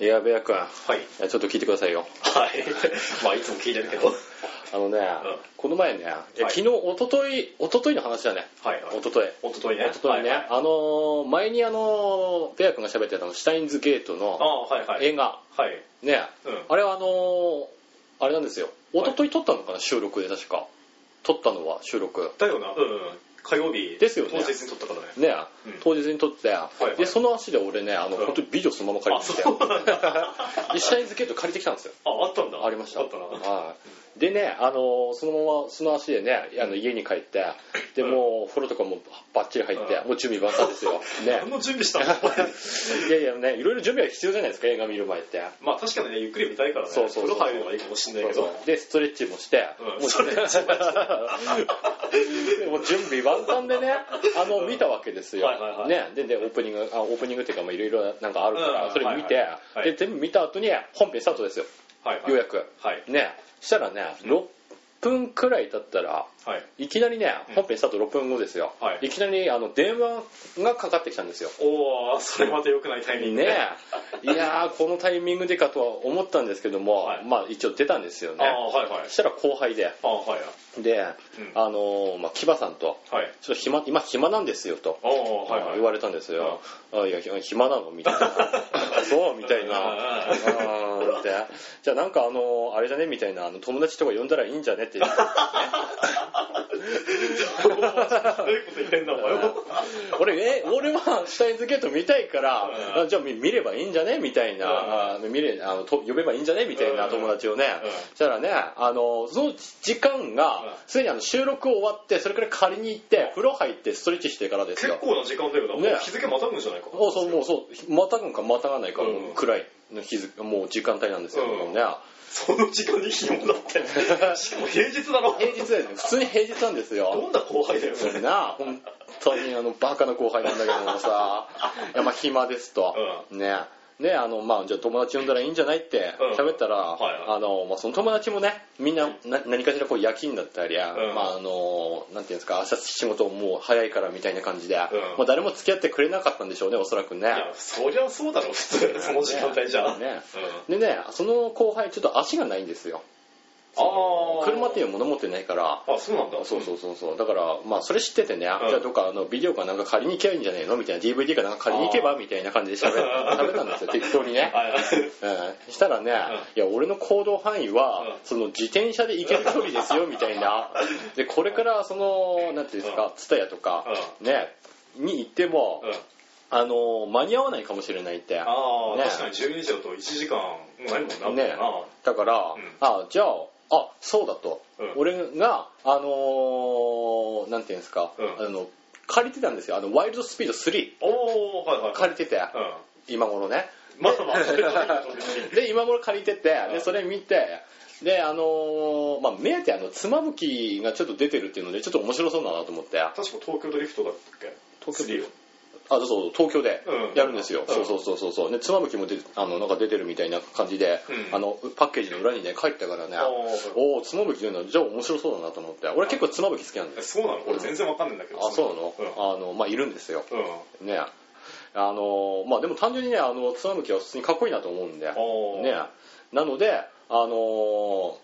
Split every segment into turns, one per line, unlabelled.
いやべやくんい
はい。
やちょっと聞いてくださいよ
はい。 まあ、いつも聞いてるけど。はい
あのね、この前ね、いや昨日一昨日一昨日の話だね
はい。
一昨日
おとといね。
一昨日ね、
はいはい
あのー前にあのベア君が喋ってたのシュタインズゲート
あ
の
あ、はいはい。
映画
はい。
ね、
うん
あれはあのーあれなんですよ
はい
一昨日撮ったのかな収録で確か撮ったのは収録
だよな。うんうん。火曜日。
ですよね
当日に撮ったからね。
ね、
うん
当日に撮って、
いはい
でその足で俺ねあの、
うん
本当に美女そのまま借り
あ、
てきて
そうなんだ。あ、
でシュタインズゲート借りてきたんですよ
あったんだ。
ありました
あったな。
はい、でね、あのそのままその足でねあの家に帰ってで
うん
もう風呂とかもバッチリ入って、
うん
もう準備万端ですよ
何
ね
の準備したの
いやいやねいろいろ準備は必要じゃないですか映画見る前って
まあ、確かにね、ゆっくり見たいからね。
そうそうそう
風呂入るのがいいかもしんないけど。
でストレッチもして、
うん
もう
ストレッチ
でもう準備万端でねあの見たわけですよ、
はいはいはい
ね、ででオープニングあオープニングっていうかまあいろいろなんかあるか
うん
ら
うん
それ見て、
はいはいはい
で全部見た後に本編スタートですよ
はいはい。
ようやく
はい。
ねしたらね
うん
6分くらい経ったら
はい。
いきなりね
うん
本編スタート6分後ですよ、
はい
い、きなりあの電話がかかってきたんですよ
おー、それまた良くないタイミング
ねえいやーこのタイミングでかとは思ったんですけども、
はい
まあ一応出たんですよ
あ
ね
あ、はいはい
そし。たら後輩で
ああ、はい。
で、
うん
あのーまあ、キバさんと
はい。
「ちょっと暇今暇なんですよ」と。
ああ、はいはい。
言われたんですよ「あいやひ暇なの?」みたい な「そう?」みたいな「あ
あ
ーって「じゃあなんかあのあれじゃね?」みたいなあの「友達とか呼んだらいいんじゃね?」って言って
どういうこと言ってんだ、お前は。
俺え俺はシュタインズゲート見たいから、
うん
あじゃあ見見ればいいんじゃねみたいな、あ見れあのと呼べばいいんじゃねみたいな
うん
友達をね、
うん
そしたらねあのその時間
うん
がすでにあの収録終わってそれから借りに行って風呂入ってストレッチしてからです
結
よ
構な時間だよな。も
ね
う日付またぐんじゃないか。
おそうもうそうまたぐんかまたがないか
うん
もう暗いの日付もう時間帯なんですよ、
うん
もうね
その時間に日もだって。 しかも平日だろ。
平日ですね普通に平日なんですよ
どんな後輩だよ、それ。
なあ本当にあのバカな後輩なんだけどもさ「いやまあ暇ですと」ねねあのまあじゃあ友達呼んだらいいんじゃないって
うん
喋ったら、
はいはい
あのまあ、その友達もねみんなな何かしらこう夜勤だったりや、
うん
まああのなんていうんですか明日仕事もう早いからみたいな感じで、
ん
まあ、誰も付き合ってくれなかったんでしょうねおそらくね
いや、そりゃそうだろ、普通。その時間帯じゃ。
ねでねその後輩ちょっと足がないんですよ
ああ。。
車っていううもの持ってないから
あ、そうなんだ。
そうそうそうそうだからまあそれ知っててね、
うん
じゃあどっかあのビデオかなんか借りに行けばいいんじゃねえのみたいな DVD かなんか借りに行けばみたいな感じで喋
あー
喋ったんですよ適当にね、
はいはい。
うん、したらね、いや俺の行動範囲は、
うん
その自転車で行ける距離ですよみたいなでこれからそのなんていうんですか TSUTAYA、とか、ねに行っても、
うん
あの間に合わないかもしれないって
ああ、
ね
確かに12時だと1時間もうないもんな。
ねだから、
うん
あじゃああそうだと、
うん
俺があのーなんていうんですか、
うん
あの借りてたんですよあのワイルドスピード3
おおはいはい。
借りてて
うん。
今頃ね
まだまだ。
で今頃借りてて
う
で
ん
それ見てであのーまあ目当てあのつまぶきがちょっと出てるっていうのでちょっと面白そうだなと思って
確か東京ドリフトだったっけ
東京
リ
であそうそう東京で
うん
やるんですよ、
うん
そうそうそうそうそうでつまぶきも出てあのなんか出てるみたいな感じで、
うん
あのパッケージの裏にね書いてたからね
ああ。
おおつまぶきというのはじゃあ面白そうだなと思って俺結構つまぶき好きなんです
そうなの俺全然わかんないんだけど。
あそうなの,、あのまあいるんですよ
うん。うん。
ねあのまあでも単純にねあのつまぶきは普通にかっこいいなと思うんでね
おー
なのであの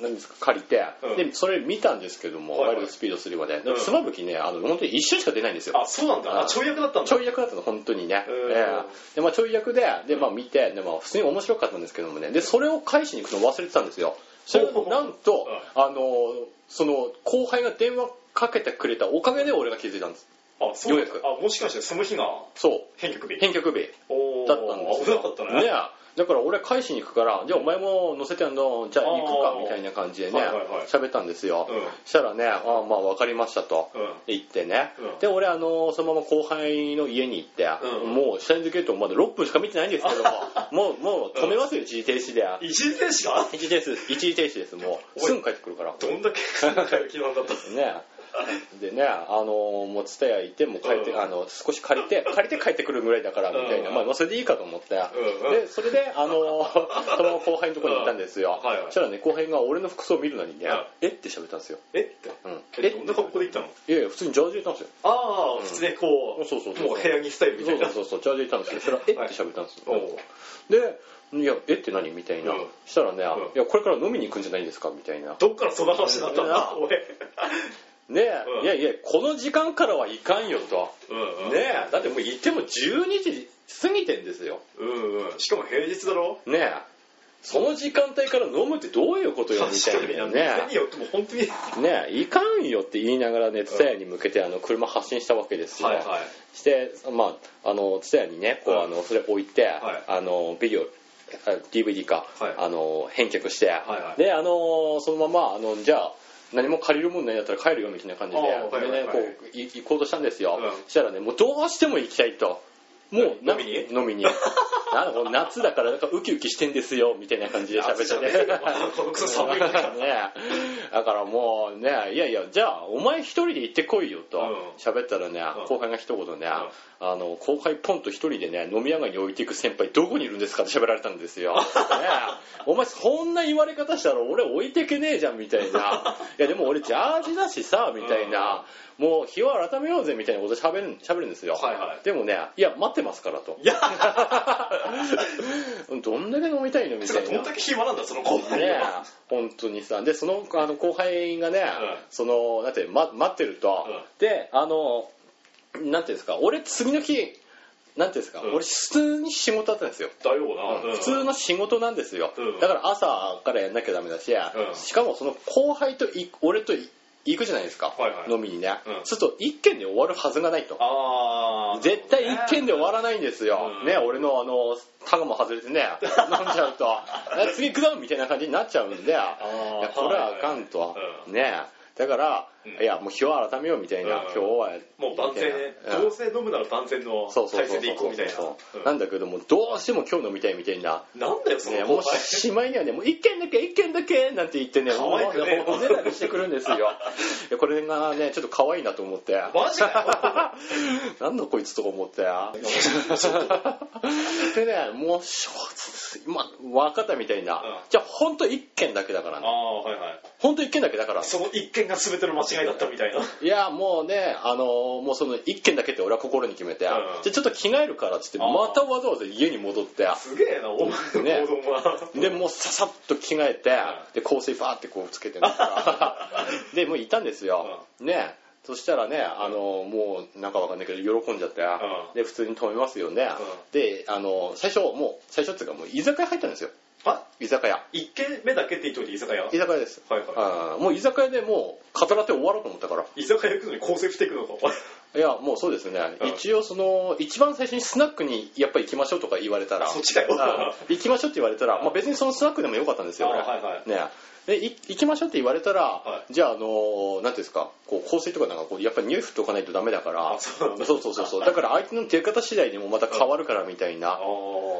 何ですか借りて、
うん
でそれ見たんですけども、
はいはい
ワイルドスピード3まで
うん
つまぶきねあの本当に一瞬しか出ないんですよ
あ、そうなんだ。あ、ちょい役だったんだ。
ちょい役だったの本当にね、
う
え
ん
えでまあ、ちょい役でで、まあ、見てで、まあ、普通に面白かったんですけどもねでそれを返しに行くのを忘れてたんですよそれをなんとあのその後輩が電話かけてくれたおかげで俺が気づいたんです
あ、そうな
よ
んだ
うやく
あ、もしかしてその日が
そう
返却日
返却日
おー
だったんです
危なかったね。
ねだから俺返しに行くからじゃあお前も乗せてあのじゃあ行く
あ
か
ー
みたいな感じでね
はいはいはい
喋ったんですよ、
うん
したらね「あーまあ分かりました」と
うん。
言ってね、
うん
で俺あのそのまま後輩の家に行って、
うん
もうシャインズゲートまだ6分しか見てないんですけども もうもう止めますよ一時停止で
一時停止か
一時停止一時停止ですもう
おい
すぐ帰ってくるから
どんだけ帰る気なんだった
ねでねあのもう蔦屋行ってもう帰って、
うん
あの少し借りて借りて帰ってくるぐらいだからみたいな、
うん
まあまあそれでいいかと思って、
うんうん
でそれであの その後輩のところに行ったんですよ、
うんはいはい
そしたらね後輩が俺の服装を見るなりね、
うん
えって喋ったんですよ、
えって
うん、
えどんな格好で行ったの
いやいや普通にジャージで行ったんですよ
ああ普通でこう
そうそうそう
もう部屋着スタイルみた
そ
いう
そ
な
うそうそうジャージで行ったんですよそしたら「えっ?」て喋ったんですよ、
おう
で「いやえっ?」て何みたいな、
うん
したらね、い
うん
やこれから飲みに行くんじゃないんですか?」みたいな
どっからその話になったんだ
う
俺
ねえ、
うん
いやいやこの時間からはいかんよと、
うんうん
ねえだってもう行っても12時過ぎてんですよ
うんうんしかも平日だろ
ねえその時間帯から飲むってどういうことよみたいな
何
ね
よってもう本当に
ねえいかんよって言いながらね蔦屋に向けてあの車発進したわけですよ、
はいはい
してまああの蔦屋にねこう、
はい
あのそれ置いて、
はい
あのビデオあ DVD か、
はい
あの返却して、
はい
であのそのままあのじゃあ何も借りるもんないんだったら帰るよみたいな感じで,、
ああはいはい
でね
はい
こうい行こうとしたんですよ、
うん
そしたらねもうどうしても行きたいともうな
飲みに
飲みに なんかこう夏だからなんかウキウキしてんですよみたいな感じで喋って
夏じゃ
ね
ねえよこのクソ寒いから
ねだからもうねいやいやじゃあお前一人で行ってこいよと
うん
喋ったらね
うん
後輩が一言ね、あの後輩ポンと一人でね飲み屋街に置いていく先輩どこにいるんですかって喋られたんですよ、ねえお前そんな言われ方したら俺置いてけねえじゃんみたい ないやでも俺ジャージだしさみたいな、もう日を改めようぜみたいなこと喋る喋るんですよ、
はいはい
でもねいや待ってますからと
いや
どんだけ飲みたいのみ
そ
た
れ
い
ど
なん
だけ暇なんだその後輩
ねえ
は
本当にさでそのあの後輩がね、
ん
そのだって、ま、待ってると、
うん
であのなんていうんですか俺次の日なんていうんですか、
うん
俺普通に仕事だったんですよ、
だよな、うん
普通の仕事なんですよ、
うん
だから朝からやんなきゃダメだし、
うん
しかもその後輩とい俺とい行くじゃないですか、
はいはい
飲みにね、
うん
そうすると一軒で終わるはずがないと
ああ
絶対一軒で終わらないんですよ、
うん
ね俺のあのタグも外れてね 飲んじゃうとね次行くぞみたいな感じになっちゃうんでいや
ー
これはあかんと、
はいはいはいうん
ねだから、
うん
いやもう日を改めようみたいな、
うん
今日は
もう万全、
みたいな
どうせ飲むなら万全の
そうそう
体
そう
制でいこうみたいな
そうそう
うん
なんだけどもどうしても今日飲みたいみたいな
なんだよそ
ね、
の
も
後
う
輩
しまいにはね、もう一軒だけ、一軒だけなんて言ってね、
可愛くね
もうねだりしてくるん ですよ。いやこれがね、ちょっと可愛いなと思って。
マジか
なんだこいつとか思って。でね、もう、しょまあ、分かったみたいな。
うん
じゃあ、ほんと一軒だけだから
あ
ね。
あはいはい
ほんと一軒だけだから。
その一件が全ての間違いだったみたいな
いや、もうね、あのーもうその一軒だけって俺は心に決めて、
ん
じゃあちょっと着替えるからっつって、
あー
またわざわざ家に戻って。
すげえなお前
ね
の行動は、
でもうささっと着替えて、で香水ファーってこうつけて ねでもういたんですよ、ねそしたらねあのもうなんかわかんないけど喜んじゃって、
ん
で普通に止めますよね、であの最初もう最初っていうかもう居酒屋入ったんですよ
あ
居酒屋
一軒目だけって言っといて居酒屋
居酒屋です、
はいは
あーもう居酒屋でもう語らって終わろうと思ったから
い居酒屋行くのに構成していくのかお
い
前
やもうそうですね、
うん
一応その一番最初にスナックにやっぱ行きましょうとか言われたら
そっちかよ
あ行きましょうって言われたら、まあ、別にそのスナックでもよかったんですよ、
あ
俺
はいはい
ねでい行きましょうって言われたら、
は
じゃあ、あのーなんていうんですかこう香水とかなんかこうやっぱり匂い振っておかないとダメだから
あそうなんだ
そうそうそうそうだから相手の出方次第でもまた変わるからみたい
あ
な、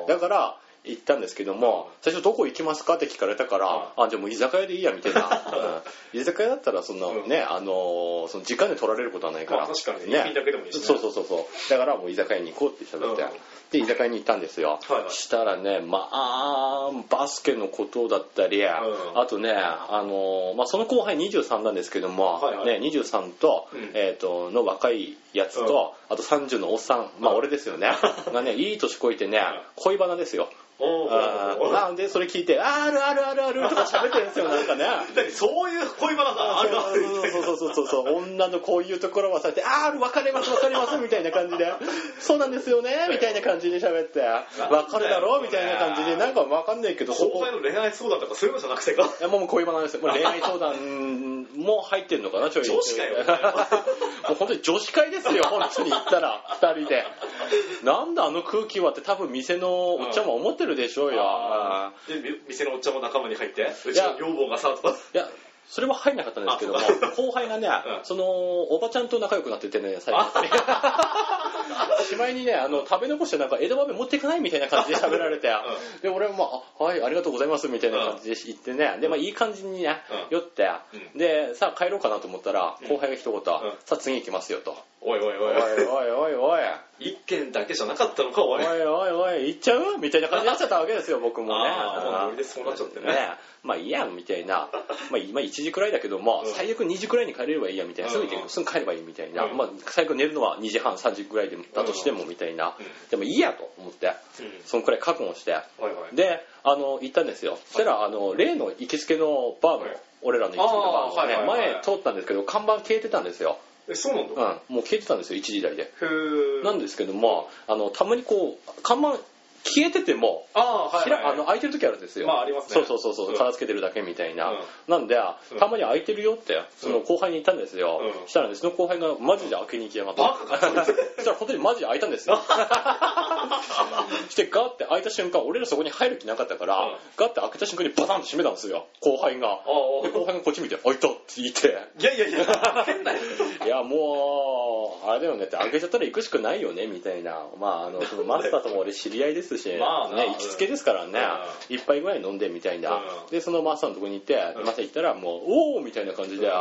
ー
だから行ったんですけども最初どこ行きますかって聞かれたから、あじゃあもう居酒屋でいいやみた いな、うん居酒屋だったらそんな
うん
ね、あのーその時間で取られることはないから、
まあ確かに
ね
一品だけでもいいしね
そうそうそうそうだからもう居酒屋に行こうって喋って、
うん
で居酒屋に行ったんですよ、
はいはい
したらねまあバスケのことだったり、あとねあのーまあ、その後輩23なんですけども、
はいはい
ね、23と,、
うん
えー、との若いやつと、あと30のおっさんまあ俺ですよねがねいい年こいてね恋バナですよ
おー
あーなんでそれ聞いて「あるあるあるある」とか喋ってるんですよなんかね
だってそういう恋バナだあるある
そうそうそうそうそう女のこういうところはさって「ある分かります分かります」みたいな感じで「そうなんですよね」みたいな感じで喋って「分かるだろ」みたいな感じでなんか分かんないけどそ
後
こ
輩の恋愛相談とかそういうのじゃなくてか
いやもう恋バナですよもう恋愛相談も入ってんのかなちょい
女子かよ
もう本当に女子会ですよ本当に言ったら2人でなんだあの空気はって多分店のおっちゃんも思ってるでしょうよ
あーでみ店のおっちゃんも仲間に入ってうちの女房がさとか
いやそれは入んなかったんですけども
あそう
後輩がね、
うん
そのおばちゃんと仲良くなっててね最近 しまいにねあの食べ残してなんか枝豆持っていかないみたいな感じで喋られて、で俺も、まあ「はいありがとうございます」みたいな感じで言ってね、でまあいい感じにね、
うん
酔って、
う
でさあ帰ろうかなと思ったら後輩が一言、さあ次行きますよ」と
おいお
「
い
おい
おい
おいおいおい
おい一軒だけじゃなかったのかお
お
い
いおいおい行っちゃう?」みたいな感じになっちゃったわけですよ僕もね
あーもうノリでそうなっちゃってね
まあいいやみたいな、まあ、今1時くらいだけども、
うん
最悪2時くらいに帰れればいいやみたいなすぐ行け
う
る
ん
すぐ帰ればいいみたいな、
うん
まあ、最悪寝るのは2時半3時くらいでだとしてもみたいな、
うん
でもいいやと思って
うん
そのくらい覚悟して。
おいおい
であの行ったんですよそしたらあの例の行きつけのバーの
はい
俺らの行きつけのバー
あーはい
の
はいはい
ね前通ったんですけど看板消えてたんですよ、
えそうなん
うん、
だ
もう消えてたんですよ1時台で
へー
なんですけどもあのたまにこう看板消えてても
ああはい
ひ
はい
らあの開いてる時あるんですよ、
まあありますね
そうそうそうそう、
うん
片付けてるだけみたいな、
うん
なんで
うん
たまに開いてるよってその後輩に言ったんですよ、
うん
したらねその後輩がマジで開けに行きやがって、
バカかそいつ
そしたら本当にマジで開いたんですよしてガッて開いた瞬間俺らそこに入る気なかったから、
うん
ガッて開けた瞬間にバタンと閉めたんですよ後輩が
ああ
で後輩がこっち見て「開いた」って言って
いやいやいや、変な
「いやもうあれだよね」って「開けちゃったら行くしかないよね」みたいなまああの そのマスターとも俺知り合いですし、
まあな
ね、行きつけですからね、一杯ぐらい飲んでみたいな、
うん
でそのマスターのとこに行って
うん
マスター行ったらもう「おお!」みたいな感じで。
うん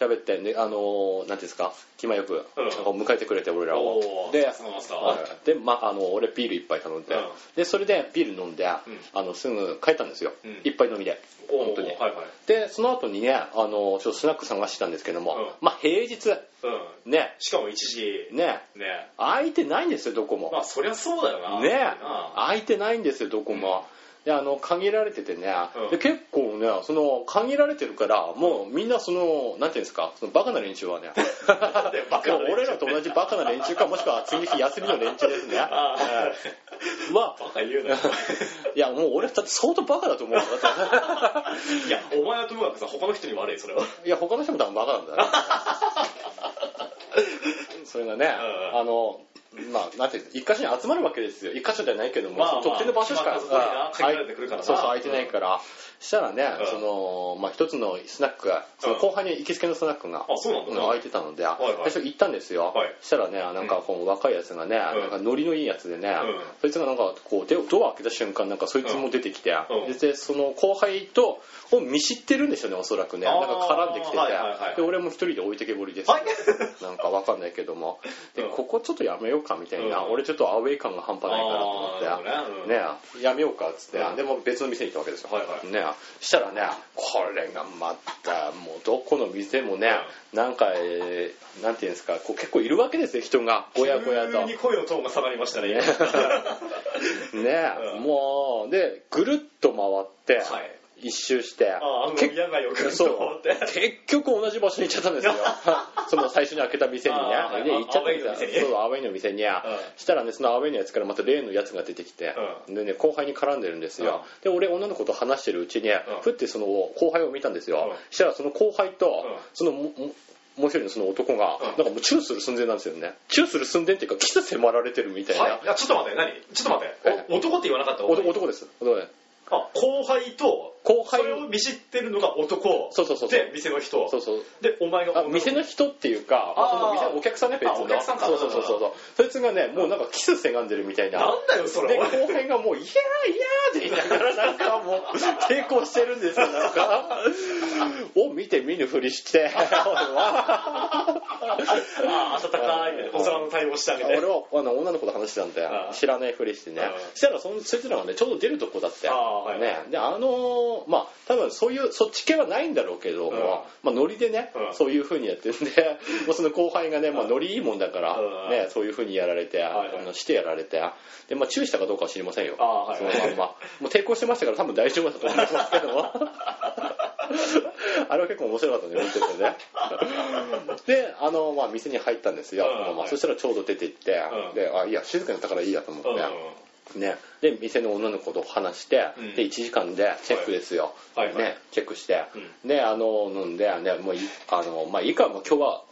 喋って、ね、あのー、なんていうんですか、気前よく、
うん
なんか迎えてくれて、俺らを。
おー
で
さすがマスター
はいで、まあ、あの、俺ビール一杯頼んで、
うん
で、それでビール飲んで、あの、すぐ帰ったんですよ
うん。
一、杯飲みで。
おー
本当に
はいはい。
で、その後にね、あの、ちょっとスナック探してたんですけども、
うん
まあ、平日、
うん。
ね、
しかも一時、
ね、
ね。
空いてないんですよ、どこも。
まあ、そりゃそうだよな。
ね
な
空いてないんですよどこも、であの限られててね、
うん
で結構ねその限られてるからもうみんなそのなんていうんですかそのバカな連中はね
んで バカな連中
俺らと同じバカな連中かもしくは次の日休みの連中ですね
ああ
うんまあ
バカ言うなよ。
いやもう俺はだって相当バカだと思うよだっ
いや、お前はともかくさ、他の人に悪い、それは。
ていや他の人も多分バカなんだ ねそれがね、
うん
あのまあ、なんていうんですか一箇所に集まるわけですよ一箇所じゃないけども、
まあまあ
その特定の場所しか
決まったとこにな
うん
限られてくるからな
そうそう空いてないから、したらね、
うん
そのまあ、一つのスナックその
うん
後半に行きつけのスナックが、
あ、そうなんだ
うん
な。
開いてたので、
いはい
最初行ったんですよ、
はい
したらねなんかこう若いやつがね、なんかノリのいいやつでね、
ん
そいつがなんかこうでドア開けた瞬間なんかそいつも出てきて、
うん
でその後輩とを見知ってるんでしょうねおそらくね
あ
なん
ー
か絡んできてて、
はいはいはい
で俺も一人で置いてけぼりです、
はい
なんかわかんないけどもで
うん
ここちょっとやめようかみたいな、
うん
俺ちょっとアウェイ感が半端ないからと思って。
あーなるほど
ね
ね
やめようかっつって、
うん
でも別の店に行ったわけですよ、
はいはい
ねしたらねこれがまたもうどこの店もね、なんか、えーなんていうんですかこう結構いるわけですよ人が
うん
ごやごやと
急に
ね
声のトーンが下がりましたね、今うん
もうでぐるっと回って、
はい
一周して
ああ、あの
結
嫌がよく
そう
って。
結局同じ場所に行っちゃったん ですよその最初に開けた店にね
あー
で
はい
行っちゃったんですよ
アウェイの店に
そうアウェイの店にしたらねそのアウェイのやつからまた例のやつが出てきて、でね後輩に絡んでるんですよ、で俺女の子と話してるうちに、ふってその後輩を見たんですよ、
うん
したらその後輩と、
ん
そのもももう一人のその男が、
うん
なんかもうチューする寸前なんですよねチューする寸前っていうかキス迫られてるみたいな、
はいいや、ちょっと待って、何ちょっと待って。お男って言わなかった
お男です男です
あ後輩と、
後輩
それを見知ってるのが男。
そうそうそうそう
で、店の人。
そうそう
で、お前が
あ
女子
店の人っていうか、まあ
あー
その店のお客さんね別
あ
の
お客さんか
そうそうそうそうそいつがねもうなんかキスせがんでるみたいな
なんだよ、そ
で
れ。おい
後編がもう「いやーいやー」って言いながらなんかもう抵抗してるんですよなん かを見て見ぬふりして
ああ、温かいみたいな、大人の対応したみたい
俺
な。
はあの女の子と話してたんで
ああ
知らないふりしてね
ああ
したらそのそいつらがねちょうど出るとこだって
ああはい
ねであのーまあ多分そういうそっち系はないんだろうけどもまあノリでね
うん
そういうふうにやってんで もうその後輩がねまあノリいいもんだから
うん
ねそういうふうにやられて
はいはい
あのしてやられてでまあ注意したかどうかは知りませんよ
ああはい
そのまんまもう抵抗してましたから多分大丈夫だと思いますけど もあれは結構面白かったね見 ててねであの、まあ、店に入ったんですよ、
うん
まあまあ
はい
そしたらちょうど出て行って、
うん
であいや静かになったからいいやと思って、
う
ね、で店の女の子と話して、
うん
で1時間でチェックですよ、
はいはい
ね、チェックして、であの飲んで、ね、もういあの、まあ、いいかもう今日は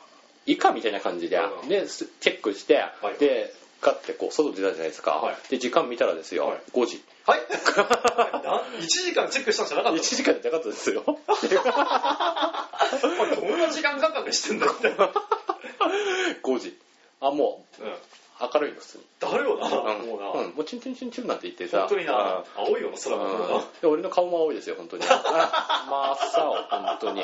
いいかみたいな感じで,、
うん
ですチェックして、
い
でガッてこう外出たじゃないですか、
はい
で時間見たらですよ、
はい
5時
はい。な1 時間チェックしたんじゃなかっ
1時間じゃなかったです よ
た のお前どんな時間感覚してんだって。
5時あもう
うん
明るいの普通に
だよな、
うん
もうな、
うんもうチンチンチンチンなんて言ってさ
本当にな、
う
青いよな 空が
ん
もうな
で俺の顔も青いですよ本当に あ真っ青本当に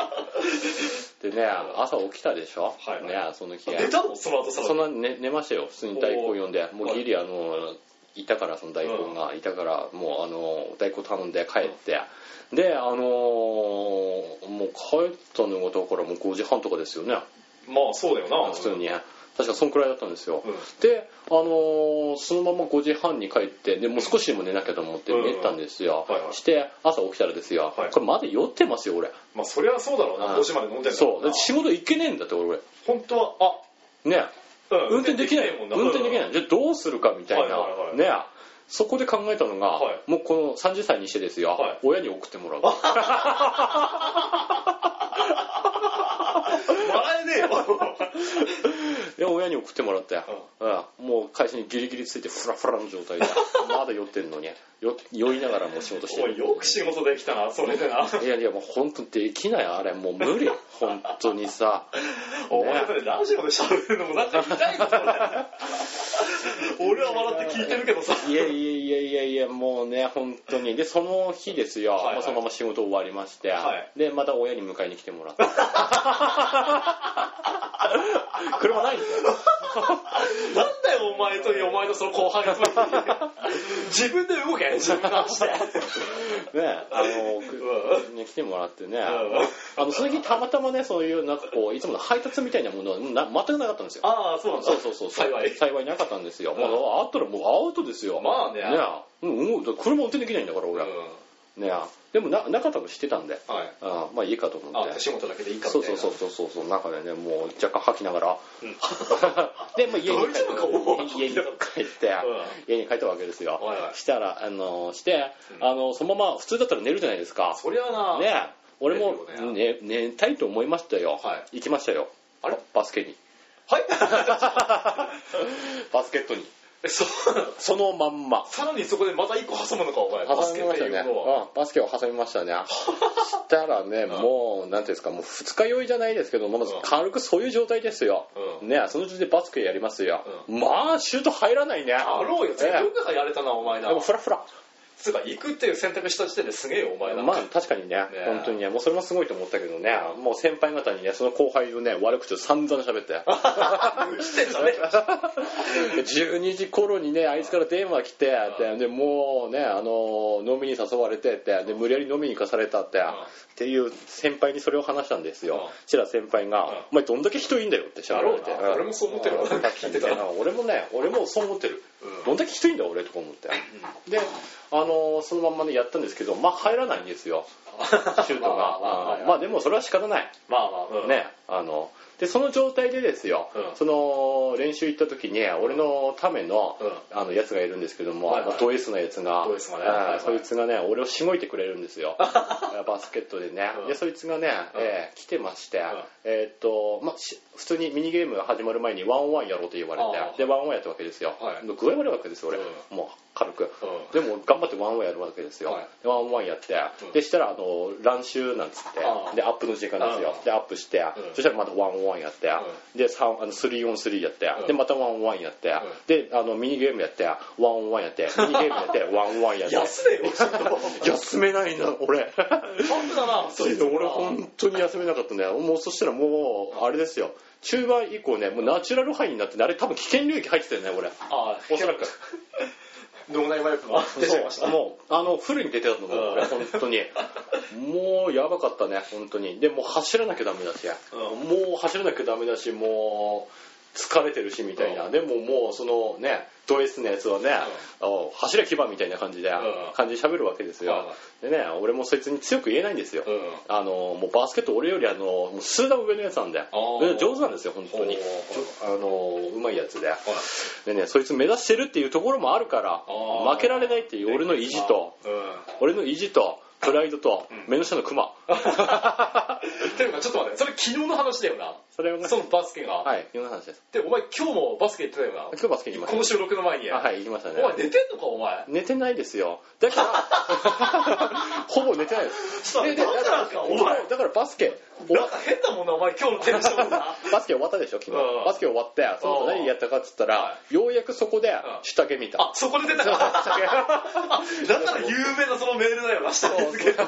でね朝起きたでしょ、
はい
ねその日
出たのその後さら
そんな寝寝ましたよ普通に大根呼んでもうギリあのいたからその大根がいたからもうあの大根頼んで帰ってであのーもう帰ったのがだからもう5時半とかですよね
まあそうだよな
普通に確かそんくらいだったんですよ
うん
であのーそのまま5時半に帰ってでもう少しでも寝なきゃと思って
うん
寝たんですよ
はいはい
して朝起きたらですよ
はい
これまだ酔ってますよ俺
まあそりゃそうだろう
う
な、
ん
5時まで飲んでんだ
そ
も
うんだっ
な
て仕事行けねえんだって俺
本当はあ
ね
うん
運転できない
もんな
運転できないじゃあどうするかみたいな、
はいはいはい
ねそこで考えたのが、
は
もうこの30歳にしてですよ、
はい
親に送ってもらう
笑えねえよ
で親に送ってもらったよ、うんもう会社にギリギリついてフラフラの状態で まだ酔ってんのによ酔いながらもう仕事して
お
る
いよく仕事できたなそれでない
やいやもう本当にできないあれもう無理本当にさ
お前それラジオで喋るのもなんか痛いぞそれ俺は笑って聞いてるけどさ
いやいやいやいやいやもうね本当にでその日ですよ、
はいはい
まあそのまま仕事終わりまして、
はい
でまた親に迎えに来てもらって 車ないんですよ
なんだよお前とお前のその後輩の時 自分で動け自分の足で
ねあのくね来てもらってね、あのその日たまたまねそういうなんかこういつもの配達みたいなものはな全くなかったんですよ
ああそうなんだ
そうそうそうそう
幸い
幸いなかったんですよ、もうあったらもうアウトですよ
まあね
ねもう車運転できないんだから俺、
う
ねでもななかったの知ってたんで
んはい
あまあいいかと思って
あ手仕事だけでいいかみ
そ
たいうな
そうそうそうそうそう中でねもう若干吐きながら、
うん
で、まあ、家に帰
大丈夫かもう
って家に帰って、家に帰ったわけですよ、
はいはい
したらあのして、
うん
あのそのまま普通だったら寝るじゃないですか
そりゃな、
ね俺も
寝るよ
寝寝たいと思いましたよ、
は
行きましたよ
あれ
バスケ に
はい
バスケットに
えそうなの
そのまんま
さらにそこでまた一個挟むのかお前バ
挟
スケ
み
っ
ま
て
した
い
ね
うのは、
うんバスケを挟みま したねしたらねもうなんていうんですかもう二日酔いじゃないですけどもう軽くそういう状態ですよ、
うん
ねそのうちでバスケやりますよ、まあシュート入らないね
あろうよ
ええ
よくやれたなお前な
でもフラフラ
つうか行くっていう選択した時点ですげえよお前な
まあ確かにね
え
本当にねもうそれもすごいと思ったけどねもう先輩方にねその後輩をね悪口を散々喋って
してんじゃねえ
12時頃にねあいつから電話来てででもうねあの飲みに誘われてってで無理やり飲みに行かされたってっていう先輩にそれを話したんですよ
うん
そしたら先輩が
うん
「お前どんだけ人いいんだよ」ってしゃべられて
だろうな俺もそう思ってるわ
ん
なんか聞いてたら
俺もね俺もそう思ってる
うん
どんだけ人いいんだ俺とか思ってであのそのまんまねやったんですけどまあ入らないんです よシュートが
まあまあまあ
うんまあでもそれは仕方ない
まあまあ、うん
ね、あのでその状態でですよ、
うん
その練習行った時に俺のための,、
う
あのやつがいるんですけども、
はいはい
まあド S のやつが
ド S がね
うん
はいはい
そいつがね俺をしごいてくれるんです よバスケットでね、
うん
でそいつがね、
うん
えー来てまして、えーっと、まあ、し普通にミニゲームが始まる前にワンオンワンやろうと言われ
あー
てでワンオンワンやったわけですよ、
はい
で具合悪いわけですよ俺、
う
もう軽く。
う
で
ん
も頑張ってワンオンやるわけですよ、
はい
でワンオンワンやって、
うん
でしたらあの乱収なんつって
あー
でアップの時間なんですよ
うん
でアップして、
うん
そしたらまたワンオンワンやって、
う
で三あの3オン3やって、
うん
でまたワンオンワンやって、であのミニゲームやってワンオンワンやってミニゲームやってワンオンワンやって
休めよちょっ と
休めないな俺
トップだな
それで俺本当に休めなかったねもうそしたらもうあれですよ中盤以降ねもうナチュラルハイになってねあれ多分危険領域入ってたよね俺
ああ
おそらく
脳内マイプが出ちゃいましたね
もうあのフルに出てたと思う
うん
俺本当にもうやばかったね本当にでもう走らなきゃダメだし、
う
もう走らなきゃダメだしもう疲れてるしみたいな、
うん
でももうそのねド S のやつはね、おう走れ牙みたいな感じで、
ん
感じで喋るわけですよ、でね俺もそいつに強く言えないんですよ、
うん
あのもうバスケット俺よりあのもう数段上のやつなんで
ー
上手なんですよ本当に
おー
ちょあのうまいやつででねそいつ目指してるっていうところもあるから
あー
負けられないっていう俺の意地と
う
俺の意地とプライドと
うん
目の下のクマ
んていうかちょっと待ってそれ昨日の話だよな
それが
そのバスケが。
はい今の話です
で、お前今日もバスケ行ってたよ
今日バスケ行き
な。
ま
この
し
収録の前に。
たあはい行きました
お
ね
前寝てんのか、お前。
寝てないですよだから ほぼ寝てないです
そう
でで
だからか、お前。
だからバスケ終わ
なんか変なもんな、お前今日のテンションが。
バスケ終わったでしょ昨日
うん
バスケ終わってその後何やったかっつったら
は
ようやくそこで下着見た
あ、そこで出た
そう
か。
下着
だから有 名なそのメールだよな、下着付けと。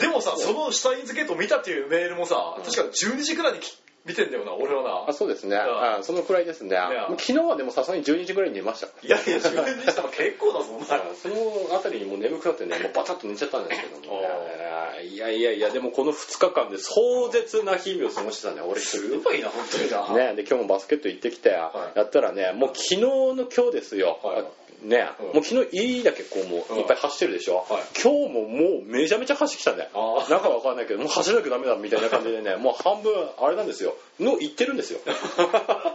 でもさ、その下着付けと見たっていうメールもさ、確か12時くらいにき見てんだよな、俺は
あ
な。
そうですね、
ん
うんそのくらいですね、
や
昨日はでもさすがに12時ぐらいに寝ました
いやいや、12時とか結構だぞ、お前。
その辺りにもう眠くな ってねもうバタッと寝ちゃったんですけどもねいやいやいやでもこの2日間で壮絶な日々を過ごしてたね俺一人
すごいな、本当にな。
ね、で今日もバスケット行ってきて、
はい
やったらねもう昨日の今日ですよ、
はいは
ね、
うん
もう昨日いいだけこうも
う
うんいっぱい走ってるでしょ、
はい
今日ももうめちゃめちゃ走ってきたね
あー
なんかわかんないけどもう走らなきゃダメだみたいな感じでねもう半分あれなんですよの行ってるん ですよ
やっぱ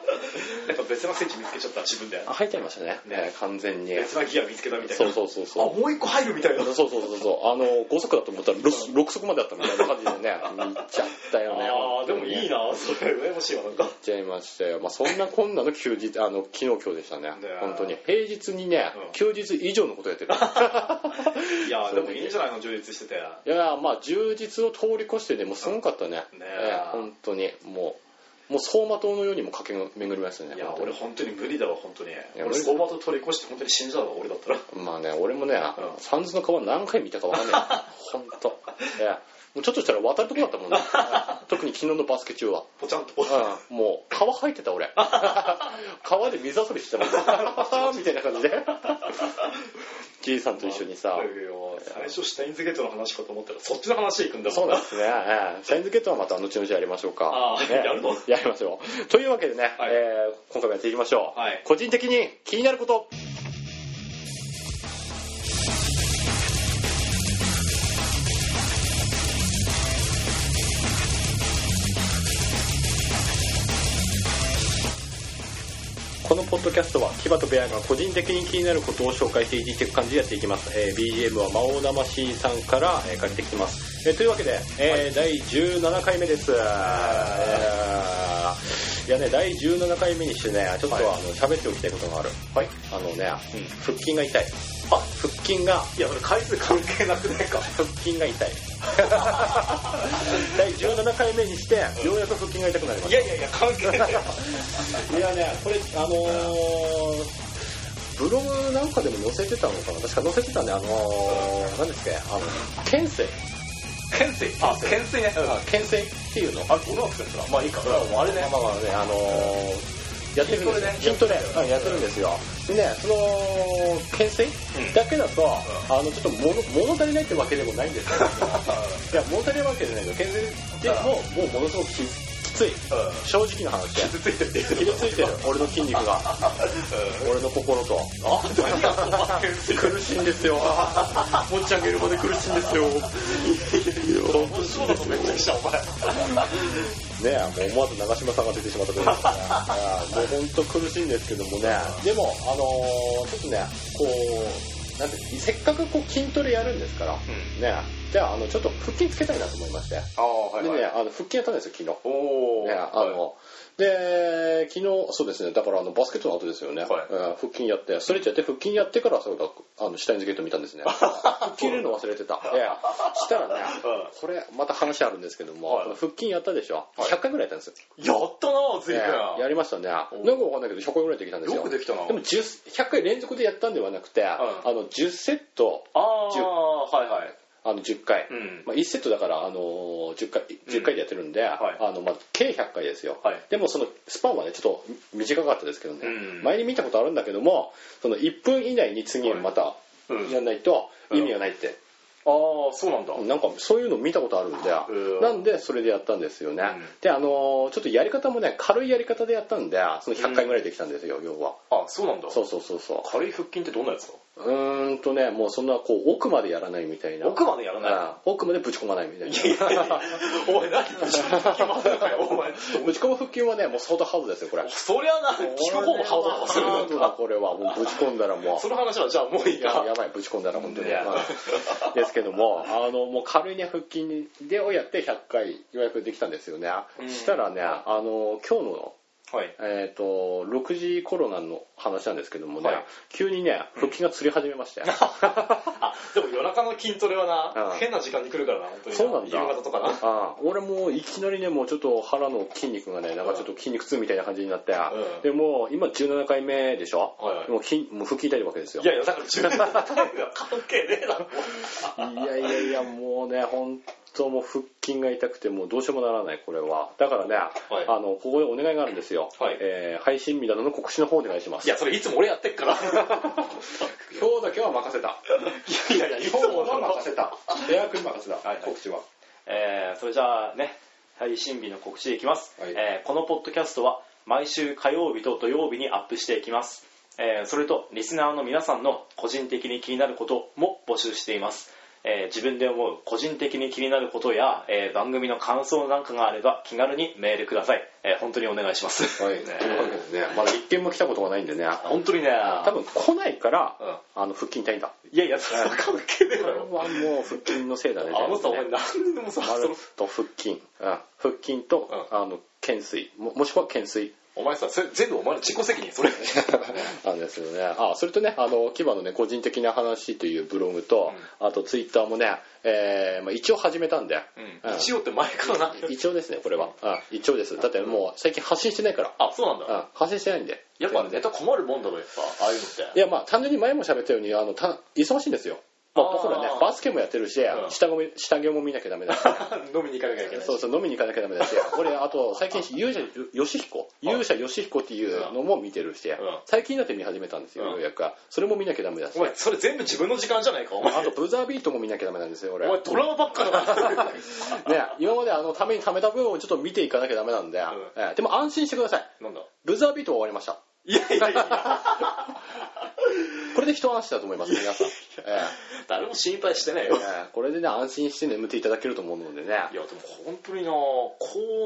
別の席見つけちゃった、自分で
あ。入っちゃいましたね
ね
えー完全に
別なギア見つけたみたいな。
そうそうそうそう
あ、もう一個入るみたいな。
そうそうそうそうあの5足だと思ったら 6, 6足まであったみたいな感じで ね行っちゃったよね
ああ、でもいい
行っ
な、それ、羨ましいわ、なんか。
ちゃいましたよ、まあ、そんなこんなの休日あの昨日今日でしたね本当に平日にね、
うん
休日以上のことやってる
いや、でもいいんじゃないの、充実してて。
いやーまあ充実を通り越してねもうすごかったね
ね
ええ本当にもうもう走馬灯のようにも駆け巡りましたね
いや
本当
俺
に
本当に無理だわ本当に
や
俺相馬と取り越して本当に死んじゃうわ俺 だったら
まあね俺もね、
うん
サンズの川何回見たかわか んない本当ええもうちょっとしたら渡るとこだったも んね特に昨日のバスケ中は
ポチャンと
うんもう川入ってた 俺川で水遊びしてたもんみたいな感じでじいさんと一緒にさ
いやいや最初シュタインズゲートの話かと思ったらそっちの話行くんだもん
そうなんですね、ええ、シャインズゲートはまた後々やりましょうか
ああ
ね
やるの
やりましょうというわけでね、
はい
えー今回もやっていきましょう、
はい
個人的に気になることこのポッドキャストはキバとベアが個人的に気になることを紹介していっていく感じでやっていきます、えー BGM は魔王魂さんから、えー借りてきてます、えーというわけで、えー第17回目です、いやね第17回目にしてねちょっとあ
はい
の喋っておきたいことがある
はい
あのね、
うん
腹筋が痛いあ腹筋が
いやそれ回数関係なくないか
腹筋が 痛い第17回目にしてようやく腹筋が痛くなりました
いやいやいや関係ない
いやね、これ、あのー、ブログなんかでも載せてたのかな確か載せてたね、あのー、何ですか、あの、剣聖。
懸垂あ懸垂ね
あ剣聖っていうの。
あれどのアクセルだまあいいかあれね
まあまあね、あのー、やってるんですよ。筋
筋
ト
ト
レ
レね、
うんやってるんですよ。でね、その、剣聖だけだと、あの、ちょっと物物足りないってわけでもないんですけど、い や、物足りないわけじゃないけど、剣聖でも、もうものすごくききつい。
う
正直な話で。
ん傷ついてる
傷ついてる、俺の筋肉が。俺の心と。
あ何がお前懸垂
苦しいんですよ。持ち上げるまで苦しいんですよ。
面白いことめちゃくちゃお前
ねえ、もう思わず長嶋さんが出てしまったというか、ね、いやもう本当苦しいんですけどもね。でも、あのーちょっとね、こう、なんていうのせっかくこう筋トレやるんですから、ねえ、じゃあ、あの、ちょっと腹筋つけたいなと思いまして。
ああは
でね、あの、腹筋やったんですよ、昨日。
おお
ね、あの、で、昨日、そうですね、だからあの、バスケットの後ですよね、
はい
えー腹筋やって、ストレッチやって、腹筋やってから、そうだ、あの、下にズゲット見たんです ね。腹筋入れるの忘れてた。ええしたらね、これ、また話あるんですけども、
はい
この腹筋やったでしょ、
はい
100回ぐらいやったんですよ。
やったな随
ええや
分
りましたね。なんか
お
わかんないけど、100回ぐらいできたんです
よ
よ
く。できたな
でも10、100回連続でやったんではなくて、あの、10セット、
ああはいはい
あの、10回。
うん
まあ、1セットだから、あのー10回10回でやってるんで、
はい
あのまあ、計100回ですよ、
はい
でもそのスパンはねちょっと短かったですけどね、
うん
前に見たことあるんだけどもその1分以内に次また
うん
やんないと意味がないって、
ああそうなんだ
なんかそういうの見たことあるんで、
うん
なんでそれでやったんですよね、
うん
であのーちょっとやり方もね軽いやり方でやったんでその100回ぐらいできたんですよ、要は
あそうなんだ
そうそうそうそう
軽い腹筋ってどんなやつだ
うーんとねもうそんなこう奥までやらないみたいな
奥までやらない
うん奥までぶち込まないみたいな
お前何ぶち込む腹筋回るのかよお前
ぶち込む腹筋はねもう相当ハードですよこれ
そりゃな聞く方もハードだわそれ
ハードだこれはもうぶち込んだらもう
その話はじゃあもういい
や
か
やばいぶち込んだら本当に、
ね
まあですけけどもあのもう軽いね腹筋でをやって100回予約できたんですよね、
うん
したらねあの今日の
はい
えー、と6時頃なんの話なんですけどもね、
はい
急にね腹筋がつり始めまして、
あでも夜中の筋トレはな、
うん
変な時間に来るからな本当に
そうなんだ
夕方とかな
ああ俺もういきなりねもうちょっと腹の筋肉がねなんかちょっと筋肉痛みたいな感じになって、
うん
でもう今17回目でしょ、
はいはい
もう筋もう腹筋痛いわけですよ
いやいやだから10年代は関係ねえだろ
いやいやいやもうね本当もう腹筋が痛くてもうどうしようもならないこれはだからね、あのここでお願いがあるんですよ、
はい
えー配信日などの告知の方お願いします
いやそれいつも俺やってっから
今日だけは任せ た
いやいやいつも俺は
せたエア君任せた、
はい
告知は
えーそれじゃあね配信日の告知いきます、
はい
えーこのポッドキャストは毎週火曜日と土曜日にアップしていきます、えーそれとリスナーの皆さんの個人的に気になることも募集しています、えー自分で思う個人的に気になることや、えー番組の感想なんかがあれば気軽にメールください、えー本当にお願いします、
はい、というわけでねまだ一件も来たことがないんでね
本当にね
多分来ないから、あの腹筋痛いんだ
いやいやそれは関係ねえ
こ
だ
れは
ろ
もう腹筋のせいだね
あのさお前
ね
何でもさ
ま
そ
る
の
っと腹筋、うん腹筋と、あの懸垂ももしくは懸垂
お前さそれ全部お前の自己責任それ
あんですよねあそれとねあの牙のね個人的な話というブログと、あとツイッターもね、えーまあ、一応始めたんで、
うん一応って前からな
一応ですねこれは、あ一応ですだってもう最近発信してないから、
あそうなん
う
だ
ん発信してないんで
やっぱネタ困るもんだろやっぱああいうのって
いやまあ単純に前も喋ったようにあのた忙しいんですよ、まあ、
あー
僕らねバスケもやってるし、
うん
下着も下着も見なきゃダメ だし
飲みに行かなきゃいけない
そうそう飲みに行かなきゃダメだし俺あと最近勇者よしひこ勇者よしひこっていうのも見てるし、最近だって見始めたんですよ、
うん
ようやくそれも見なきゃダメだし
お前それ全部自分の時間じゃないかお前
あとブザービートも見なきゃダメなんですよ俺
お前
ね
ドラマばっかだ な
今まであのために貯めた分をちょっと見ていかなきゃダメなんで、
ん
ええでも安心してください
なんだ
ブザービートは終わりました
いやいやいや
これで一安心だと思います皆さん、え
誰も心配してないよ
えええこれでね安心して眠っていただけると思うのでね
いやでも本当になこ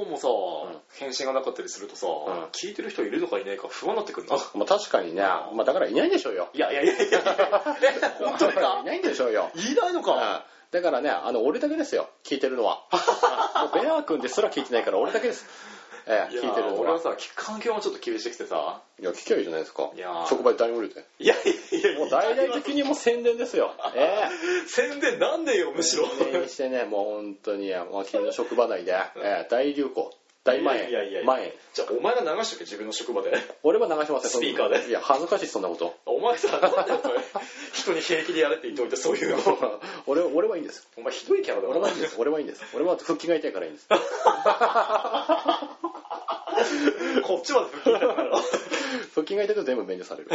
うもさ、返信がなかったりするとさ、
ん
聞いてる人いるのかいないか不安になってくるな。
まあ確かにね、まあだからいないんでしょうよ。
いやいやいやいやいや え本当に
い
か
ないんでしょう よ。
言いないの
うん
か、
だからね、あの、俺だけですよ、聞いてるの は。もうベアー君ですら聞いてないから、俺だけです。ええ、
や
聞いてるの
俺は
は。
さ聞く環境もちょっと厳しくてさ
いや、聞きゃいいじゃないですか
いや。ー
職場で誰もいるで。
いやいやいや
もう大々的にもう宣伝ですよ。え
宣伝なんでよむ
え。
しろ
宣伝してね、もう本当に、まあ、君の職場内で、ええ、大流行、大蔓
いやいやいや
延、
いや
蔓延。
じゃあお前が流しとけ自分の職場で
俺は流しません、そんな
スピーカーで
いや、恥ずかしい、そんなこと。
お前さなんでそれ人に平気でやれって言っておいてそういうの
俺、俺はいいんです。
お前ひどいキャラだ
俺
な
はいいんです。俺はいいんです。俺は復帰が痛いからいい んです。
こっちまで吹っ切ったから
腹筋が痛いと全部免除される。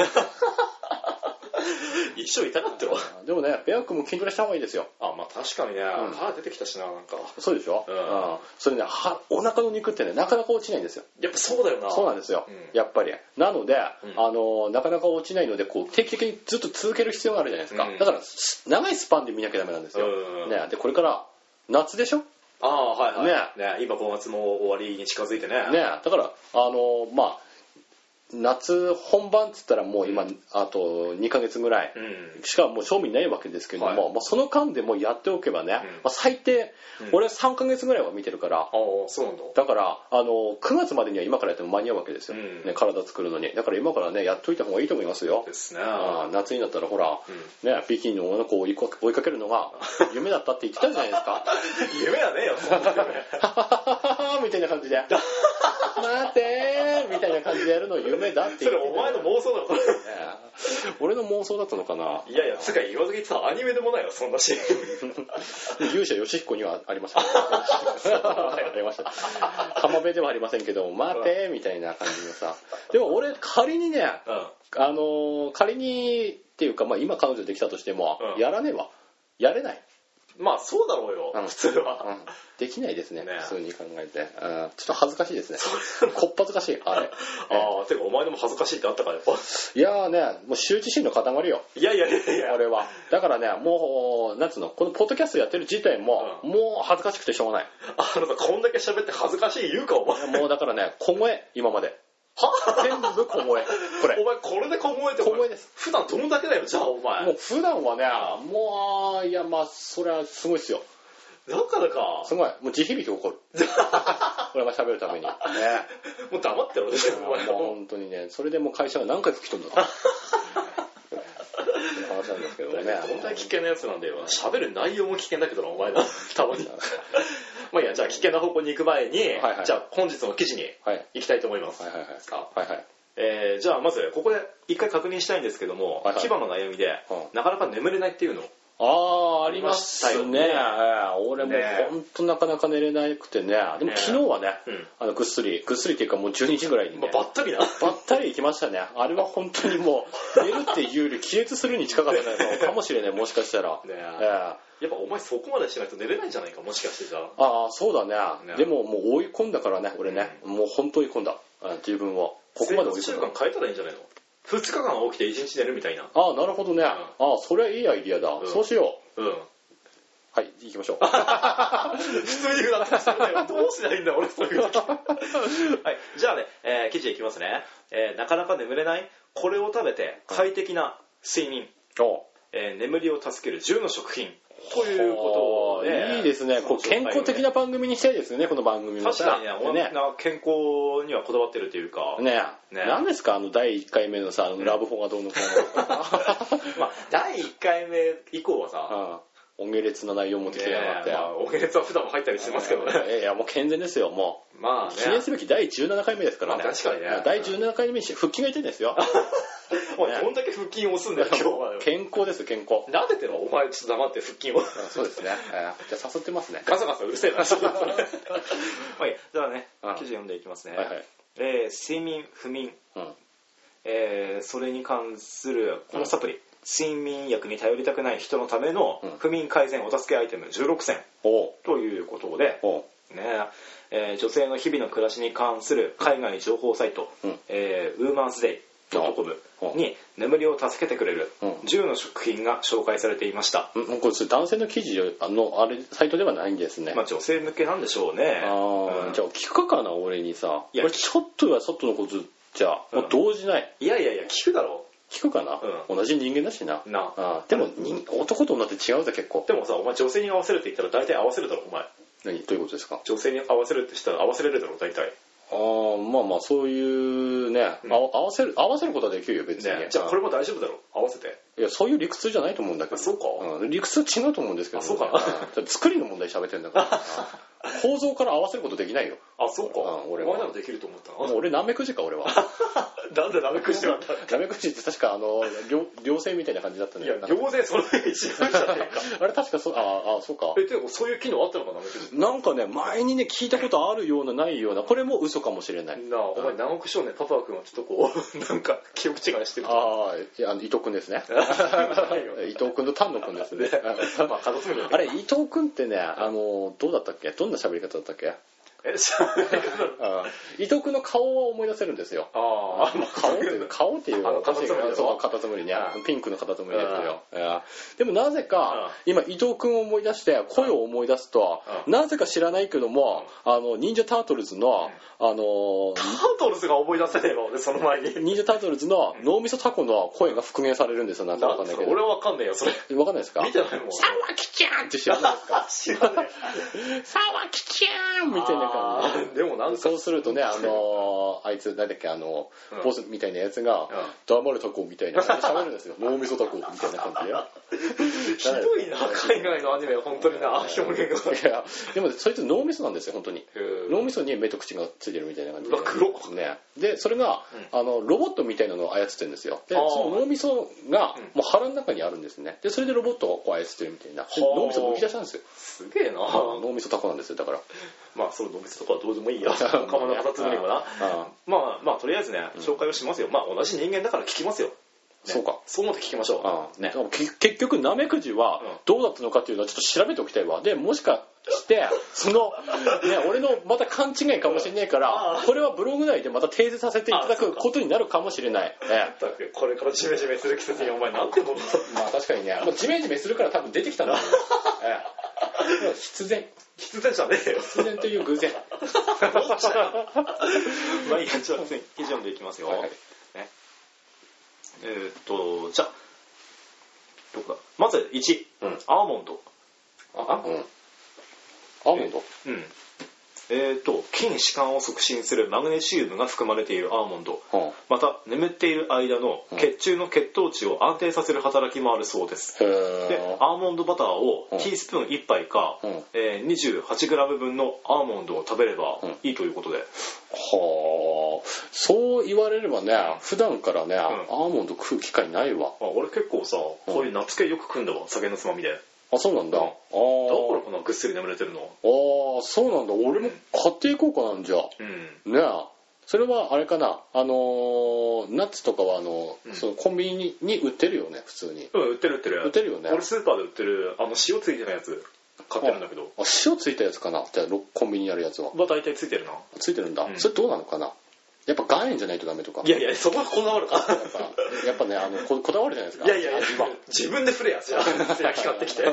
一生痛がってろ
でもね、ペア君も筋トレした方がいいですよ。
あまあ確かにね
ん
歯出てきたしななんか
そうでしょ、
うん
それね、はお腹の肉ってね、なかなか落ちないんですよ。
やっぱそうだよな
そうなんですよ、
うん
やっぱり。なので、
ん
あの、なかなか落ちないので、こう、定期的にずっと続ける必要があるじゃないですか。
うん
だから、す長いスパンで見なきゃダメなんですよ。
うん
ね、で、これから、夏でしょね、
ああはいはいね今5月も終わりに近づいてね
だから、あの、まあ、夏本番っつったらもう今、あと2ヶ月ぐらい。
うん
しかもう賞味ないわけですけども、
は
まあ、その間でもうやっておけばね、ま
ん
あ、最低、
うん
俺3ヶ月ぐらいは見てるから
あ、あそうなんだ
だからあの9月までには今からやっても間に合うわけですよ、
うん
ね、体作るのにだから今からねやっといた方がいいと思いますよ
ですね
ああ夏になったらほら、ね、北京の女の子を追いかけ追いかけるのが夢だったって言ってたじゃないですか
夢はねえよそんな夢
みたいな感じで「待てー」みたいな感じでやるの夢だって
そ
言っ
れ
てた
お前の妄想だろこれ
ね俺の妄想だったのかない
や いやつうか言わずにさアニメでもないわそんなシーン
勇者ヨシヒコにはあり ましたありました浜辺ではありませんけど待てーみたいな感じでさでも俺仮にね
うん
あのー仮にっていうか、まあ、今彼女できたとしても、
うん
やらねえわやれない、
まあそうだろうよ
うん
普通
うん
は
できないですね
ねえ
普通に考えて、うんちょっと恥ずかしいですねこっぱずかしいあれ
ああてかお前のも恥ずかしいってあったからやっぱ
いやーねもう羞恥心の塊よ
いやいやいやい や
俺はだからねもうなんつうのこのポッドキャストやってる自体も、
うん
もう恥ずかしくてしょうがない
あのさこんだけ喋って恥ずかしい言うかお前
もうだからね小声今まで全部小声これ
お前これで小声って
小声です
普段どんだけだよじゃあお前
もう普段はねもういやまあそれはすごいっすよ
だからか
すごいもう地響き起こ る俺が喋るためにね
もう黙ってろでしょお
もう
前
本当にねそれでもう会社は何回吹き飛 んだとっていう話なんですけど
ど
ね
んだけ危険なやつなんだよ喋る内容も危険だけどな お前だたまにまあいいやじゃあ危険な方向に行く前に、
はいはい
じゃあ本日の記事に
はいはい
行きたいと思います、
はいはい
ですか
はいはい
えーじゃあまずここで一回確認したいんですけども、
はいはい
牙の悩みで、
う
なかなか眠れないっていうの
ああありますね
ね
俺も
ね
本当なかなか寝れなくてねでも
ね
昨日はね
うん
あのぐっすりぐっすりっていうかもう12時ぐらいに
ま
ね
あ、ばったりな
ばったり行きましたねあれは本当にもう寝るっていうより気絶するに近かったのかもしれないもしかしたら、
ね
え
やっぱお前そこまでしないと寝れないんじゃないかもしかしてじゃあ
えああそうだねで
ね
ももう追い込んだからね俺ね、もう本当追い込んだあ自分をここまで追い
生
込ん
活
だ
習慣変えたらいいんじゃないの2日間起きて1日寝るみたいな
ああなるほどね、ああそれはいいアイディアだ、
ん
そうしよう
うん
はい行きましょう
普通に言うなってきたらねどうすりゃいいんだよ俺そう いう時
はい、じゃあね、えー記事いきますね、えーなかなか眠れないこれを食べて快適な睡眠、
お
えー眠りを助ける10の食品ということで
いいですねこう健康的な番組にしたいですねこの番組も
確
さ
かにねお
ね
な健康にはこだわってるというか、
ね
ね
何ですかあの第1回目のさあのラブホがどうのこ うのとか
まあ第1回目以降はさ、
ああお下劣な内容持ってきてなかった
まあ
よ、
お下劣は普段も入ったりしてますけどね
いやいやもう健全ですよも
まあ
う記念
ね
すべき第17回目ですからね、
まあ確かにね
第17回目にして腹筋が痛いんですよ
お前どんだけ腹筋 押すんだよ今日は
健康ですよ健康
撫でてろお前ちょっと黙って腹筋を
そうです ね、えーじゃあ誘ってますね
ガサガサうるせえ な
はい、じゃあね
うん
記事読んでいきますね、
はいはい、
えー睡眠不眠
うん、
えーそれに関するこのサプリ、睡眠薬に頼りたくない人のための
うん
不眠改善お助けアイテム16選
おう
ということで、
おう
ねえー女性の日々の暮らしに関する海外情報サイト、
うん
えーウーマンスデイドットコム
うん
に眠りを助けてくれる
うん
10の食品が紹介されていました、
うんこれそれ男性の記事よあのあれサイトではないんですね、
まあ、女性向けなんでしょうね
あー
うん
じゃあ聞くかな俺にさ
いや
俺ちょっとはちょっとのことじゃもう動じない、
いやいやいや聞くだろ
聞くかな、
う
同じ人間だしな
な
あーでも人男と女って違うぜ結構
でもさお前女性に合わせるって言ったら大体合わせるだろお前
何どういうことですか
女性に合わせるってしたら合わせれるだろ大体
ああまあまあそういうね、あ合わせる合わせることはできるよ別に、
ねじゃあこれも大丈夫だろ合わせて
いやそういう理屈じゃないと思うんだけど
あそうか
ん理屈は違うと思うんですけど、
あそうか
うん作りの問題喋ってんだから 構造から合わせることできないよ
あそうか
うん
お
俺
前
は
ならできると思った
もう俺なめくじか俺 は
ななんでなめくしてたんだ
なめくじって確かあの両両性みたいな感じだった
い
ね
や行税その上に違うじゃねえか
あれ確かそうああそうか
えでもそういう機能あったのかなめくじ
なんかね前にね聞いたことあるようなないようなこれも嘘かもしれない
なあお前南国少年パパ君はちょっとこう なんか記憶違いしてる
あーいやあの伊藤君 ですね伊藤君と丹野君です ね
まあ片隅に
あれ伊藤君ってねあのどうだったっけどんな喋り方だったっけ
えしゃべり方だろ
あー伊藤君の顔は思い出せるんですよ
あーまあ
顔っていう顔っていう
あのカタツムリだろ
そうカタツムリね
うん
ピンクのカタツムリですよいやでもなぜか今伊藤君を思い出して声を思い出すと
う
なぜか知らないけどもあの忍者タートルズのあのー
タートルズが思い出せねえわ俺その前に
忍者タートルズの脳みそタコの声が復元されるんですよなんかわかんないけど
俺はわかんねえよそれ
わかんないですか
見てないもん
沢木ちゃんって知らないですか
知らね
沢木ちゃんみたいな感じで
えでもなんか
そうするとね、あのーあいつ、なんだっけ、あのー
うん
ボスみたいなやつが、黙れタコみたい な感じで喋るんですよ。脳みそタコみたいな感じで。
ひどいな海外のアニメは本当にな表現が
いや、でも、そいつ脳みそなんですよ、本当に。脳みそに目と口がついてるみたいな感じで。
うわ黒
ね。で、それが、あの、ロボットみたいなのを操ってるんですよ。で、
あー
その脳みそが
うん、
もう腹の中にあるんですね。で、それでロボットをこう操ってるみたいな。で
はあ
脳みそをむき出したんですよ。
すげえな
脳みそタコなんですよ、だから。
まあその動物とかはどうでもいい や釜の形つむりもな
あ
まあまあとりあえずね紹介をしますよ、まあ同じ人間だから聞きますよ、ね
そうか
そう思って聞きましょう
ああね、でもけ結局ナメクジは
うん
どうだったのかっていうのはちょっと調べておきたいわでもしかしてその、ね、俺のまた勘違いかもしれないからこれはブログ内でまた提示させていただくことになるかもしれない、ね
ったくこれからジメジメする季節にお前なんてこと
まあ確かにねもうジメジメするから多分出てきたん だと思うええでも必然
必然じゃねえよ
必然という偶然
どっちだよ
まあいいや、ちょっと記事読んでいきますよ。
はいはい
ね、えーっと、じゃあ、どこだまず1、
うん
アーモンド。
あ
うんアーモンド
うん。えーっと、筋弛緩を促進するマグネシウムが含まれているアーモンド。
うんへ
また、眠っている間の
うん
血中の血糖値を安定させる働きもあるそうです。で
え
アーモンドバターを
うん
ティースプーン1杯か、
うん
えー 28g 分のアーモンドを食べれば
うん
いいということで、
はあそう言われればね普段からね、アーモンド食う機会ないわ
あ俺結構さこういう夏系よく食うんだわ酒のつまみでだか
あそうなんだ、
うん
あ
ら
ー
こんなぐっすり眠れてるの
あーそうなんだ俺も買っていこうかなんじゃ
うん
ねえそれはあれかなあのーナッツとかはあの、
うん
そのコンビニに売ってるよね普通に
うん売ってる売ってる
売ってるよね
俺スーパーで売ってるあの塩ついてないやつ買ってるんだけど
あ塩ついたやつかなじゃあろコンビニにあるやつは
は大体ついてるな
ついてるんだ、
うん
それどうなのかなやっぱ岩塩じゃないとダメとか
いやいやそこはこだわるか
やっぱやっぱねあのここだわるじゃないですか
いやいやいや
味は
自分で振れやつや焼き買ってきて
い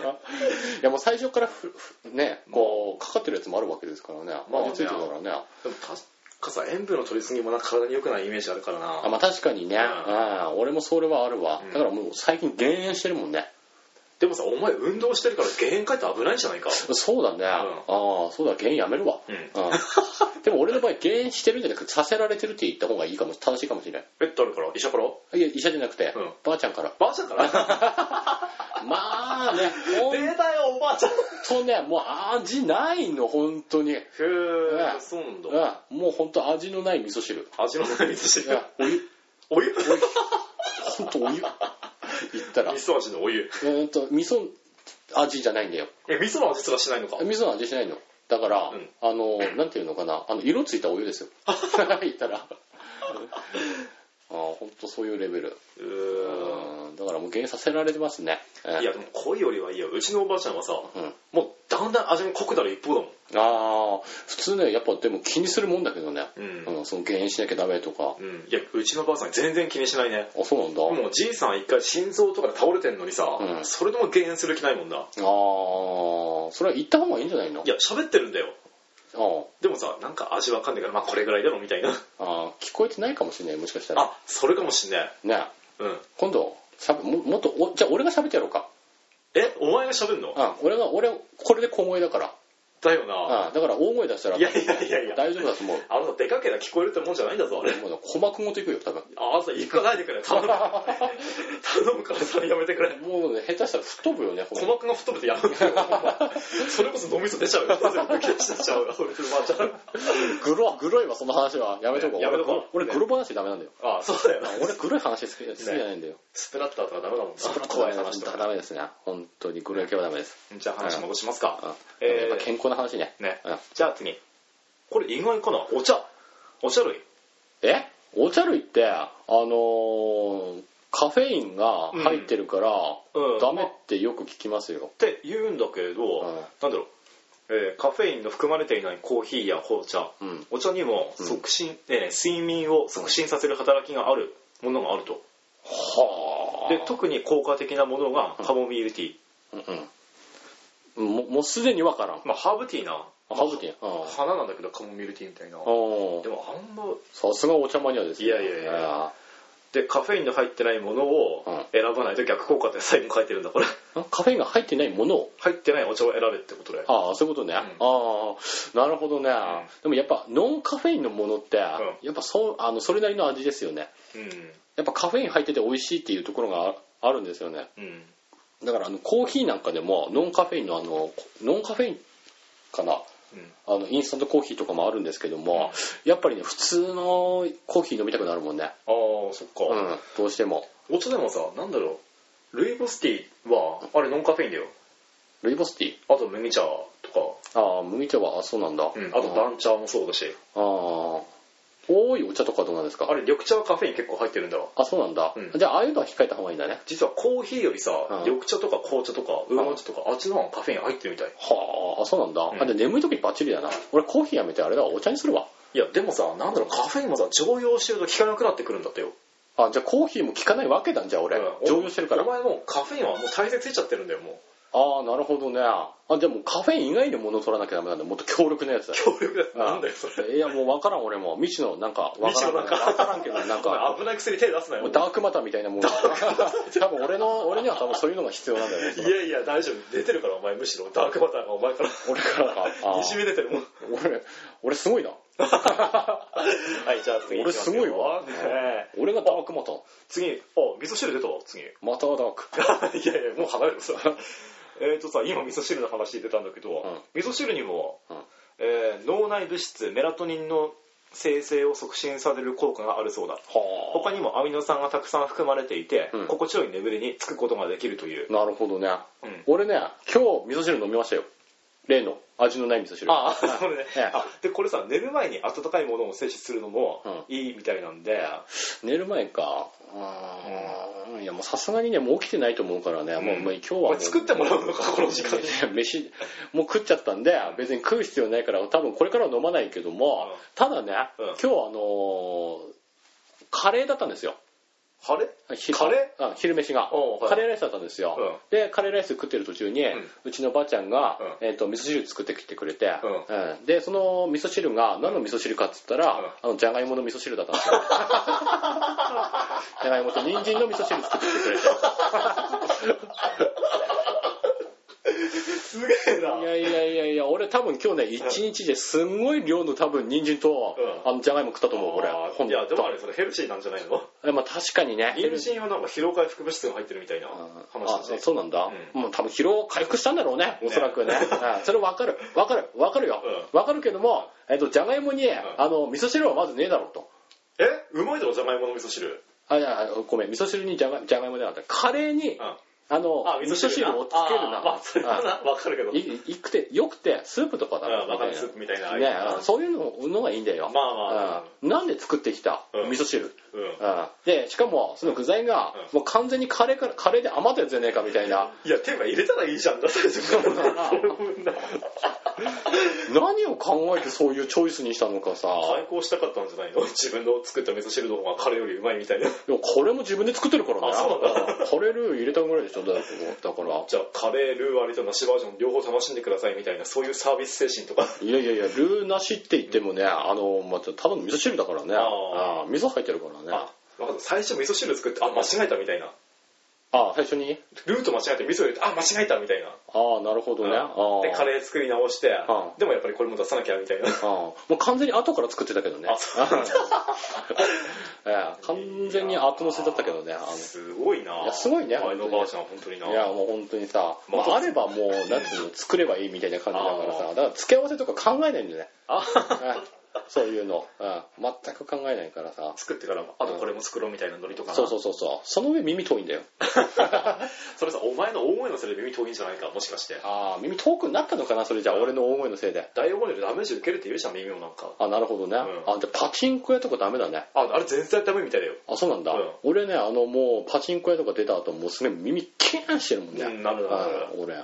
やもう最初からふふねこうかかってるやつもあるわけですからね
まあね
味ついてたからね
でも確かさ塩分の取りすぎもなんか体に良くないイメージあるからな
あまあ確かにね、
う
うん俺もそれはあるわ、
うん
だからもう最近減塩してるもんね
でもさお前運動してるから減塩かえって危ないんじゃないか
そうだね、ああそうだ減塩やめるわ、
うん
うんでも俺の場合減塩してるんじゃなくてさせられてるって言った方がいいかも正しいかもしれない
え誰から医者から
いや医者じゃなくて、
うん
ばあちゃんから
ばあちゃんから
まあ ね
出
本
たよおばあちゃん
当ねもう味ないの本当に、
へ
ね
えそうなんだ
うん、もう本当味のない味噌汁
味のない味噌汁
お湯
お湯
本当お 湯言ったら
味噌味のお湯
うんと味噌味じゃないんだよ
え味噌の味すらしないのか
味噌の味しないのだから、
うん
あのなんていうのかなあの色ついたお湯 ですよ言ったらあ本当そういうレベル
うーん
うんだからもう減塩させられてますね
いやでも濃いよりはいいようちのおばあちゃんはさ
うん
もうだんだん味も濃くなる一方だもん
ああ普通ねやっぱでも気にするもんだけどね、
うん
その減塩しなきゃダメとか、
うんいやうちのばあさん全然気にしないね
あそうなんだ、あ
もうじいさん一回心臓とかで倒れてんのにさ、
うん
それでも減塩する気ないもんな
あーそれは行った方がいいんじゃないの
いや喋ってるんだよ
あー
でもさなんか味わかんないからまあこれぐらいだろみたいな
あー聞こえてないかもしれないもしかしたら
あそれかもしんない
ね
うん
今度しゃべももっとおじゃあ俺が喋ってやろうか
えお前が喋んの
あ俺が俺これで小声だから
だよな
あだから大声出したら
いやいやいやいや
大丈夫だと思う
あのでかけりゃ聞こえるってもんじゃないんだぞあれ
もう鼓膜ごといくよ 多分
ああさ行かないでくれ頼む頼むからさやめてくれ
もうね下手したら吹っ飛ぶよねほん
鼓
と
膜が吹っ飛ぶ とやめてくれそれこそ脳みそ出ちゃうよ全部消し出しちゃうよ俺のばあちゃん
グログロいわその話はやめとこう
やめとこう
俺俺グロ話ダメなんだよ
ああそうだよな
俺グロい話好き好きじゃないんだよ
スプラッターとかダメだもんな怖
怖
い
い
話
話
とか
ダメですね本当にグロい系はダメです
じゃあ話戻します
うん
か。えー
やっぱ健康な話ね
ね
うん。
じゃあ次これ意外かなお茶お茶類
えお茶類ってあのーカフェインが入ってるから
うん
ダメってよく聞きますよ
って言うんだけれど、
うん
なんだろう、えーカフェインの含まれていないコーヒーや紅茶、
うん
お茶にも促進、えー睡眠を促進させる働きがあるものがあると
は
で特に効果的なものがカモミールティー、
うんももうすでにわからん
まあ、ハーブティーな
ハーブティーあー
花なんだけどカモミールティーみたいな
あー
でもあんま
さすがお茶マニアですね
いやいやいや
あ
でカフェインの入ってないものを
うん
選ばないと逆効果って最後に書いてるんだこれ
ーカフェインが入ってないものを
入ってないお茶を選べってことで
ああそういうことね、ああなるほどね、でもやっぱノンカフェインのものって、やっぱそうあのそれなりの味ですよね
うん
やっぱカフェイン入ってて美味しいっていうところがああるんですよね
うん
だからあのコーヒーなんかでもノンカフェインのあのノンカフェインかなあのインスタントコーヒーとかもあるんですけども、やっぱりね普通のコーヒー飲みたくなるもんね、
ああそっか
うん、どうしても
お茶でもさなんだろうルイボスティーはあれノンカフェインだよ
ルイボスティー
あと麦茶と
ああ麦茶はあそうなんだ、
か、うん、あと
あ
番茶もそうだし
あ多いお茶とかどうなんですか
あれ緑茶はカフェイン結構入ってるんだわ
あそうなんだ、
うん
じゃあああいうのは控えた方がいいんだね
実はコーヒーよりさ、
うん
緑茶とか紅茶とかウーロン茶とか、あっちの方がカフェイン入ってるみたい
はああそうなんだ、
ん
あじゃあ眠い時にバッチリだな俺コーヒーやめてあれだわお茶にするわ
いやでもさなんだろうカフェインもさ常用してると効かなくなってくるんだってよ
あじゃあコーヒーも効かないわけだんじゃあ俺、
うん
常用してるから
お前もうカフェインはもう大切ついちゃってるんだよもう
ああなるほどねあでもカフェイン以外のものを取らなきゃダメなんだもっと強力なやつだ
強力だ。なんだよ、それ。
れいやもう分からん俺も未知のなんか分からん
未知のなんか
分からんけどなんか
危ない薬手出すな
もう
よ。
ダークマターみたいなもん多分俺の俺には多分そういうのが必要なんだよ
い
ね
やいや、大丈夫。出てるから、お前、むしろ。ダークマターがお前から。
俺 からかあ
にじみ出てるもん。
俺俺すごいな
はい、じゃあ次行きます
俺す
よ。
ごいわ
ねえ
俺がダークマター
次、あ、味噌汁出たわ、次。
またダーク
いやいや、もう離れるさ。 えっとさ、今味噌汁の話出たんだけど、
う
味噌汁にも、
うん
えー脳内物質メラトニンの生成を促進される効果があるそうだ。
は
他にもアミノ酸がたくさん含まれていて、
うん
心地よい眠りにつくことができるという
あ。なるほどね
うん
俺ね今日味噌汁飲みましたよ例の味のない味噌汁
ああ、それね
ええ。
あで、これさ、寝る前に温かいものを摂取するのも
う
いいみたいなんで、
寝る前かうんいやもうさすがにねもう起きてないと思うからね、もうもう今日はも
お
う
前作ってもらうのか、この時間に。
いや飯もう食っちゃったんで別に食う必要ないから多分これからは飲まないけども、
うん
ただね、
うん
今日あのーカレーだったんですよ
あれ
昼
カレ
あ昼飯が、
おうはい
カレーライスだったんですよ、
うん
でカレーライス食ってる途中に、うんちのばあちゃんが、
うん
えー、と味噌汁作ってきてくれて、
う
うんでその味噌汁が何の味噌汁かっつったら、あのじゃがいもの味噌汁だったんです よじゃがいもと人参の味噌汁作ってきてくれて
すげえな。
いやいやいやいや、俺多分今日ね、一日ですんごい量の多分人参と、
うん
あの、じゃがいも食ったと思う、俺。
あー
ほん
い
と
や、でもあれ、それヘルシーなんじゃないの
えまあ確かにね。
ヘルシーはなんか疲労回復物質が入ってるみたいな
あ
話だし。
あそうなんだ、
う
もう多分疲労を回復したんだろうねおそらく ねうんそれ分かる分かる分かるよ、分かるけども、えっと、じゃがいもに、あの味噌汁はまずねえだろうと
えうまいだろ、じゃがいもの味噌汁。
あいやあごめん味噌汁にじゃがじゃがいもではなかったカレーに、
うん
あの味噌汁をつける
あーまあ、それ
な、
はな、わかるけど。
うんいいくてよくてスープとかだろ
うんわかるスープみたいな
ねうんそういうののがいいんだよ
まあまあ
うんなんで作ってきた、
うん
味噌汁
う
う
ん。
んでしかもその具材が、
うん
もう完全にカレーからカレーで余ったやつじゃねえかみたいな
いや、手が入れたらいいじゃん、だってそこなこの分な
何を考えてそういうチョイスにしたのかさ、
開口したかったんじゃないの自分の作った味噌汁の方がカレーよりうまいみたいな。
でもこれも自分で作ってるからね
あそうなん だ
うんカレールー入れたぐらいでしょだってだから
じゃあ、カレー、ルーありとなしバージョン両方楽しんでくださいみたいな、そういうサービス精神と か。
いやいやいやルーなしって言ってもねあの、まあ、ただの味噌汁だからね
あ
うん味噌入ってるからね
あ、わかった。最初味噌汁作って、あ、間違えたみたいな。
あ最初に
ルーと間違えて味噌入れて、あ、間違えたみたいな。
ああなるほどね、あー
で、カレー作り直して
あ、
でもやっぱりこれも出さなきゃみたい
う
な。
んもう完全に後から作ってたけどね
あそう
ええ完全に後乗せだったけどねあの
すごいない
やすごいね
前のバージョン、本当にな。
いやもう本当にさ、ま
まあ
あ、あればもうなんていうの作ればいいみたいな感じだから
あ
さだから付け合わせとか考えないんだよね
あ
うんそういうの、うん、全く考えないからさ
作ってから、あとこれも作ろうみたいなノリとかな。
そうそうそうそうその上耳遠いんだよ
それさ、お前の大声のせいで耳遠いんじゃないか、もしかして。
ああ耳遠くなったのかなそれじゃあ俺の大声のせいで
大声でダメージ受けるって言うじゃん、耳もなんか。
あなるほどね、
ん
あじゃあパチンコ屋とかダメだね
あ、あれ全然ダメみたいだよ。
あそうなんだ、
うん
俺ねあのもうパチンコ屋とか出た後もうすごい耳キャーンしてるもんね、
うんなるなる
うん俺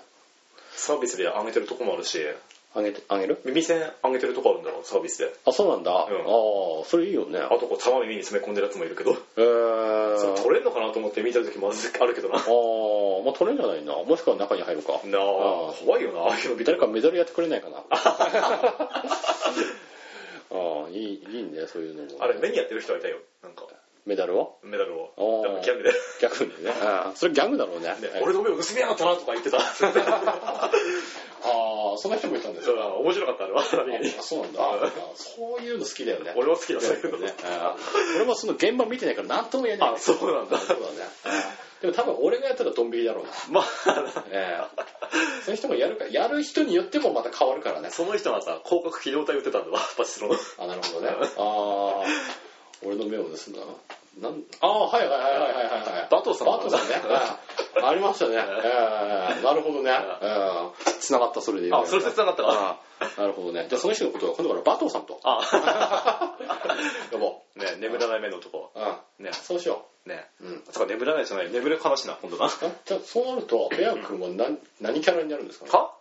サービスで上げてるとこもあるし、
あげてあげる
耳栓上げてるとこあるんだろ、サービスで。
あそうなんだ、ああそれいいよね
あとこう、玉耳に詰め込んでるやつもいるけど、
えー、
それ取れんのかなと思って見た時もあるけどな。なあ
ああ、まあ、取れんじゃないな。もしくは中に入るか。あ
怖いよな、ああいうの見て
誰
る
かメダルやってくれないかな。 ああ、いい、いいね、そういうのも。
あれ、目にやってる人はいたよ、なんか、
メダルは
メダルを。
あー
でもギャグで。
ギャグにね。ああそれギャグだろうね。
で俺の目を盗みやがったなとか言ってた。
ああ、そんな人もいたんです
そう
よ。
だ面白かった、あれは、何気に
あそうなんだ。
うん
あそういうの好きだよね。
俺も好きだ、そういうの
ね。ああ俺もその現場見てないから何とも言えない。
あ、そうなんだ。
そうだね。ああでも多分俺がやったらドン引き だろうな。
まあ、
ええそういう人もやるから、やる人によってもまた変わるからね。
その人がさ、広角機動隊打ってたんだわ、バチスロの。
あ、なるほどね。ああ、俺の目を盗んだな。なんああ、はいはいはいはいはいはい。
バトさん
バトさんね。うんありました ね。ええなるほどね。つながった、それで。
あ、それで繋がったか。
あなるほどね。じゃあその人のことは今度からバトさんと。
あ、
呼ぼ
ね、眠らない目の男。
う。うん。
ね
そうしよ
ね。
う。うん。
つか眠らないじゃない、眠る話な、今度な。
あじゃあそうなると、ペア君は何何キャラになるんですかね
は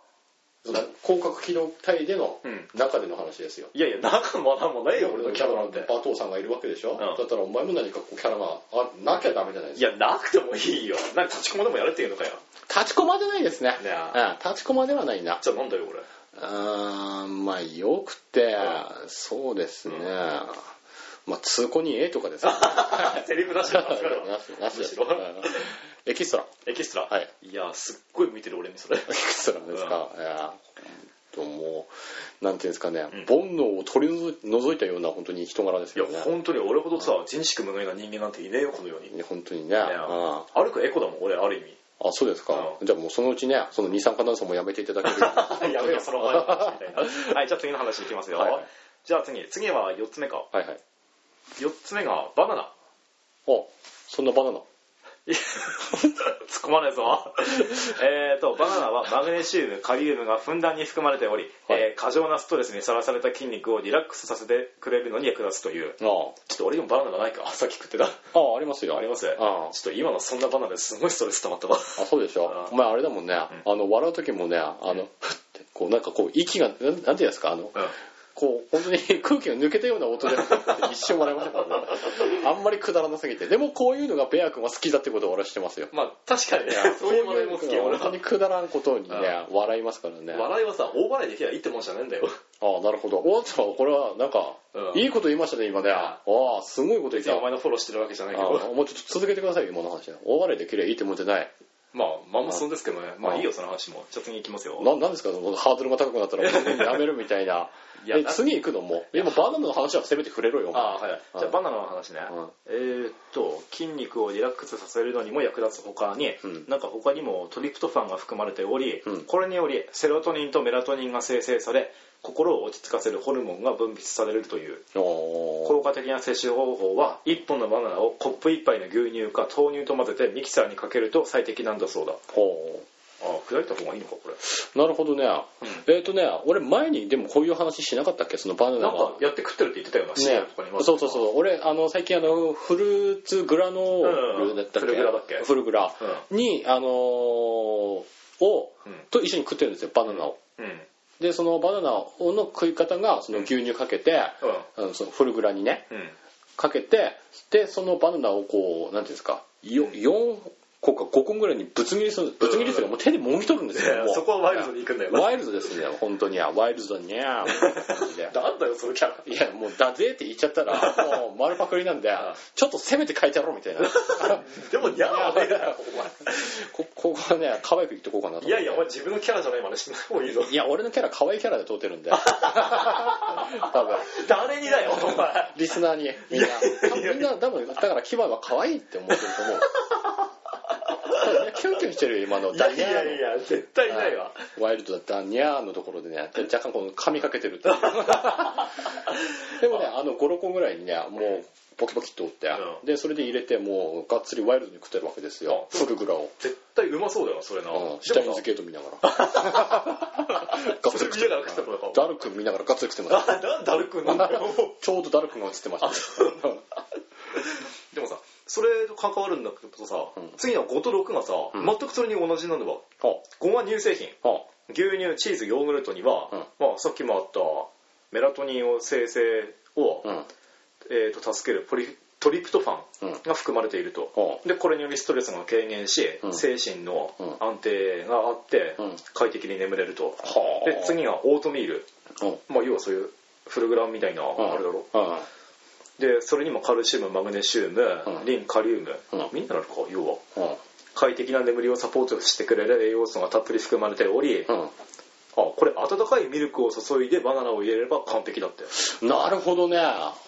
その広角機動隊での
うん
中での話ですよ。
いやいや、仲間なんもないよ、
俺
俺の
の
キ
キ
ャ
ャ
ラ
ラ
な
なんん
て
て。バトさんがいるわけでしょ、
ん
だったらお前も何かこうキャラがあなきゃダメじゃないですか
いや、なくてもいいよ。なんか立ちこもでもやれっていうのかよ。
立ちコマじゃないですね。
ね
うん、立ちコマではないな。
じゃあなんだよこれ
あーまあよくて、そうですね、まあ通行に A とかですね
セリフなしだなそれは
なしなし
むしろ
うんエキストラ
エキストラ
はい
いやすっごい見てる俺にそれ
エキストラですか、いやほんともうなんていうんですかね、
ん
煩悩を取り除い除いたような本当に人柄です
いや
よね
本当に俺ほどさ人識無害な人間なんていねえよこの世に
いや本当にね、
ね
うんあ
歩くエコだもん俺ある意味
そうですか、
う
じゃあもうそのうちねその二酸化炭素もやめていただける
やめよその 前の話みたいなはいじゃあ次の話いきますよ、
はいはい
じゃあ次次は4つ目か
はいはい
4つ目がバナナ
おそんなバナナ
突っ込まないぞ えーとバナナはマグネシウムカリウムがふんだんに含まれており、
はい
えー過剰なストレスにさらされた筋肉をリラックスさせてくれるのに役立つという
ああ
ちょっと俺にもバナナがないかさっき食ってた
ああありますよ
あります
ああ
ちょっと今のそんなバナナですごいストレス溜まったわ
あそうでしょ
あー
お前あれだもんね、あの笑う時もねあの、ふってこうなんかこう息がなんなんていうんですかあの、こう本当に空気が抜けたような音 で一瞬笑いましたからねあんまりくだらなすぎてでもこういうのがベア君は好きだってことを俺は知ってますよ
まあ確かにねそういう笑いも好きよ俺
本当
は
にくだらんことにね
あ
笑いますからねあ
笑いはさ大笑いできりゃいいってもんじゃねえんだよ
あなるほどおっとこれはなんか、
うん
いいこと言いましたね今ねああすごいこと言っ
別
た
にお前のフォローしてるわけじゃないけ
あ
ど
あもうちょっと続けてくださいよ今の話大笑いできればいいってもんじゃない
まあまんまそうですけどね
う
まあ
ん
いいよその話もじゃあ次行きますよ
ななんですかそのハードルが高くなったらもうやめるみたいな
いや
え次行くのも今バナナの話はせめて触れろよお前
あーはいじゃあバナナの話ね
うん
えーっと筋肉をリラックスさせるのにも役立つ他に
うん
なんか他にもトリプトファンが含まれており
うん
これによりセロトニンとメラトニンが生成され心を落ち着かせるホルモンが分泌されるという
おー
効果的な摂取方法は1本のバナナをコップ1杯の牛乳か豆乳と混ぜてミキサーにかけると最適なんだそうだ
ほ
ああ砕いた方がいいのかこれ
うなるほどね、えっ、とね俺前にでもこういう話しなかったっけそのバナナ
なん
が
かやって食ってるって言ってたよな深夜
ね
とかに混ぜ
そ
て
うそうそう俺あの最近あのフルーツグラノールだったっけ、
うんフルグラだっけ
フルグラにあのーを
うん
と一緒に食ってるんですよバナナを
うんうん
でそのバナナの食い方がその牛乳かけて、あのそのフルグラにね、
うん
かけてでそのバナナをこうなんていうんですかよ4個か5個ぐらいにぶつ切りするぶつ切りするもう手でもぎ取るんですよ
で
もう
そこはワイルドに行くんだよな
ワイルドですね本当にワイルドにゃーみたいな感じで
なんだよそのキャラ
いやもうだぜって言っちゃったらもう丸パクリなんでちょっとせめて書いてやろうみたいな
でもニャーはねえだよお
こ ここはね可愛く言っとこうかなと
前いやいやお前自分のキャラじゃない真似しない方がいいぞ
いや俺のキャラ可愛いキャラで通ってる んで多分
誰にだよお前
リスナーにみんなみんな多分だからキバは可愛いって思ってると思う多分ねキュンキュンしてるよ今の
いやいやいや絶対いないわ
ワイルドだったニャーのところでね若干この噛みかけてる っていうでもねあの56個ぐらいにねもうポキポキっと折って、
う
でそれで入れてもうがっつりワイルドに食ってるわけですよ
あ
フルグラを、
絶対うまそうだよなそれな
うん、
で
下に
も
付
さ
けと見な がらがっつり食って
それ見ながら食ってたのか
ダルク見ながらがっつり食ってまし
あなんだるくんなんだよ
たちょうどダルクが映ってました
でもさ それと関わるんだけどさ、
うん
次の5と6がさ、
うん
全くそれに同じなんだわ
は
5は乳製品
あは
牛乳チーズヨーグルトには、
うん
まあ、さっきもあったメラトニンを生成を、
あうん
えー、と助けるポリトリプトファンが含まれていると、
は
でこれによりストレスが軽減し、
うん
精神の
うん
安定があって、
うん
快適に眠れると、
はあ
で次がオートミール、
あうん
まあ、要はそういうフルグランみたいな、あれだろ
うん
でそれにもカルシウムマグネシウム、
うん
リンカリウム、
うん
ミネラルか要は
うん
快適な眠りをサポートしてくれる栄養素がたっぷり含まれており、あ
うん
これ温かいミルクを注いでバナナを入れれば完璧だって
なるほどね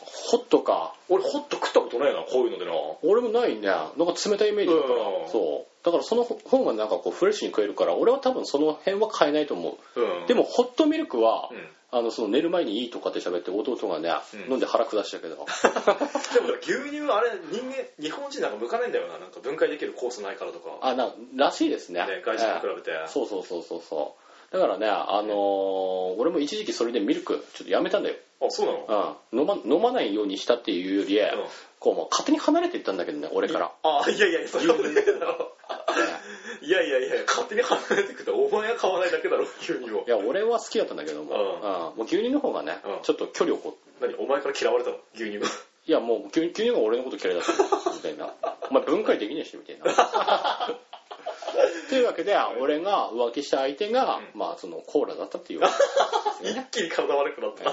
ホットか
俺ホット食ったことないなこういうのでな
俺もないねなんか冷たいイメージだから、
うん
そうだからその本がなんかこうフレッシュに食えるから俺は多分その辺は買えないと思う、
うん
でもホットミルクは、
うん
あのその寝る前にいいとかって喋って弟がね、
うん
飲んで腹下したけど
でも牛乳あれ人間日本人なんか向かないんだよななんか分解できる酵素ないからとか、
あならしいですね
ね、外人に比べて、
ええそうそうそうそうそうだからねあのー俺も一時期それでミルクちょっとやめたんだよ、
あそうなの
うん、飲ま飲まないようにしたっていうより、こうもう勝手に離れていったんだけどね俺から
あいやいやそれはねえだろいやいやいや勝手に離れてくってお前が買わないだけだろ牛乳を
いや俺は好きだったんだけども,、
うん
もう牛乳の方がね、
うん
ちょっと距離をこう
何お前から嫌われたの牛乳が
いやもう急に急に 俺のこと嫌いだったみたいなお前分解できねえしみたいなというわけで、俺が浮気した相手が、まあ、そのコーラだった っていうわけですよ
一
ね。
気に体悪くなった。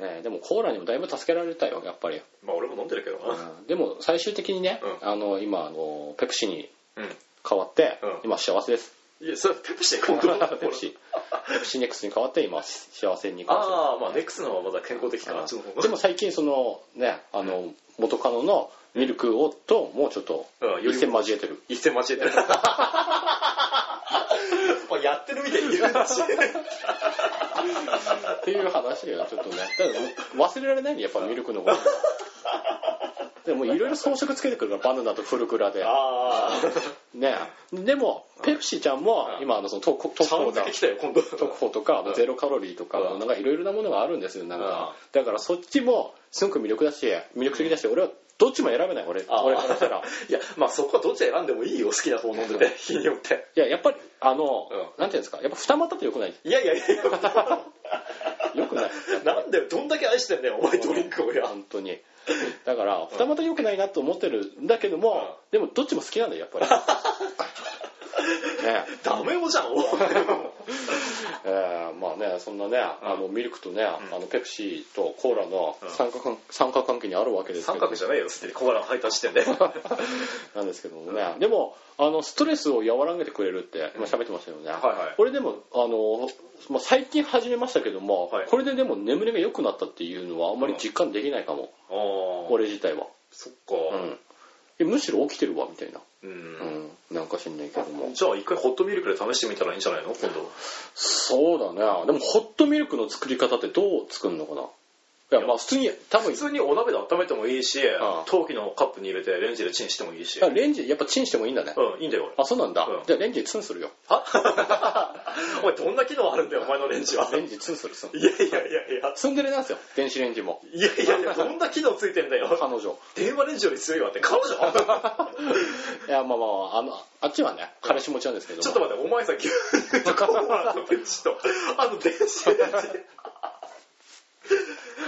えーでもコーラにもだいぶ助けられたよ、やっぱり。
まあ俺も飲んでるけどな。
うんでも最終的にね、
う
あの、今、あの、ペプシに
う
変わって、
うん
今幸せです。
ん。いや、それ ペプシでコンクロ
ペプシ。ペプシネックスに変わって、今、幸せに変わって
ああ、まあネックスの方がまだ健康的かな、あっちの方が。
でも最近そのねあの元カノのミルクをともうちょっと
うん
一線交えてる、
一線間違え てる。まあやってるみたいに言う なし。
っていう話がちょっとねただ忘れられないねやっぱミルクのことでもいろいろ装飾つけてくるからバナナとフルグラで
あ あ。
ねでもペプシちゃんも
うん
今あのその特特
ちゃん
報
だ
だ
け来たよ、今度。
特報とかあのゼロカロリーとか
うん
なんかいろいろなものがあるんですよなんか
う
だからそっちもすごく魅力だし魅力的だし俺はどっちも選べない俺
あー
俺からしたら。
いや、まあそこはどっち選んでもいいよ、好きな方飲んでて、日によって。
いややっぱりあの、
うん
なんていうんですかやっぱ二股ってよくない
いやいやいや、
よくない
なんだよ、どんだけ愛してんだよ、お前ドリンクをや。
本当にだから二股良くないなと思ってるんだけども、でもどっちも好きなんだよやっぱりね
ダメもじゃん、お前。
えーまあねそんなね、あのミルクとね、あのペプシーとコーラの
うん
三角,、三角関係にあるわけですけど
じゃないよ、すでにコーラが入った時点 で。
なんですけどもね、でもあのストレスを和らげてくれるって今喋ってましたよね、
はいはい
これでもあの、まあ、最近始めましたけども、
はい
これででも眠りが良くなったっていうのはあんまり実感できないかも、
ああ、
俺自体は、
そっ
うん
か。
えむしろ起きてるわみたいな、
う。
うんん、なんか知んないけども
じゃあ一回ホットミルクで試してみたらいいんじゃないの今度。
そうだねでもホットミルクの作り方ってどう作るのかないやまあ普通に多分
普通にお鍋で温めてもいいし
ん、
陶器のカップに入れてレンジでチンしてもいいし。
レンジやっぱチンしてもいいんだね、
うん、いいんだよ、
あそうなんだ、
うん
じゃあレンジチンするよ
俺。お前、どんな機能あるんだよ、お前のレンジは。
レンジチンするすん
いやいやいやいや。
ツンデレなんですよ電子レンジも
いやいやいや、どんな機能ついてんだよ。
彼女
電話レンジより強いわって、彼女
いやまあまあまああのあっちはね彼氏持ちなんですけど
ちょっと待って、お前さ、牛 乳とコーラとペプシと、あの電子レンジ。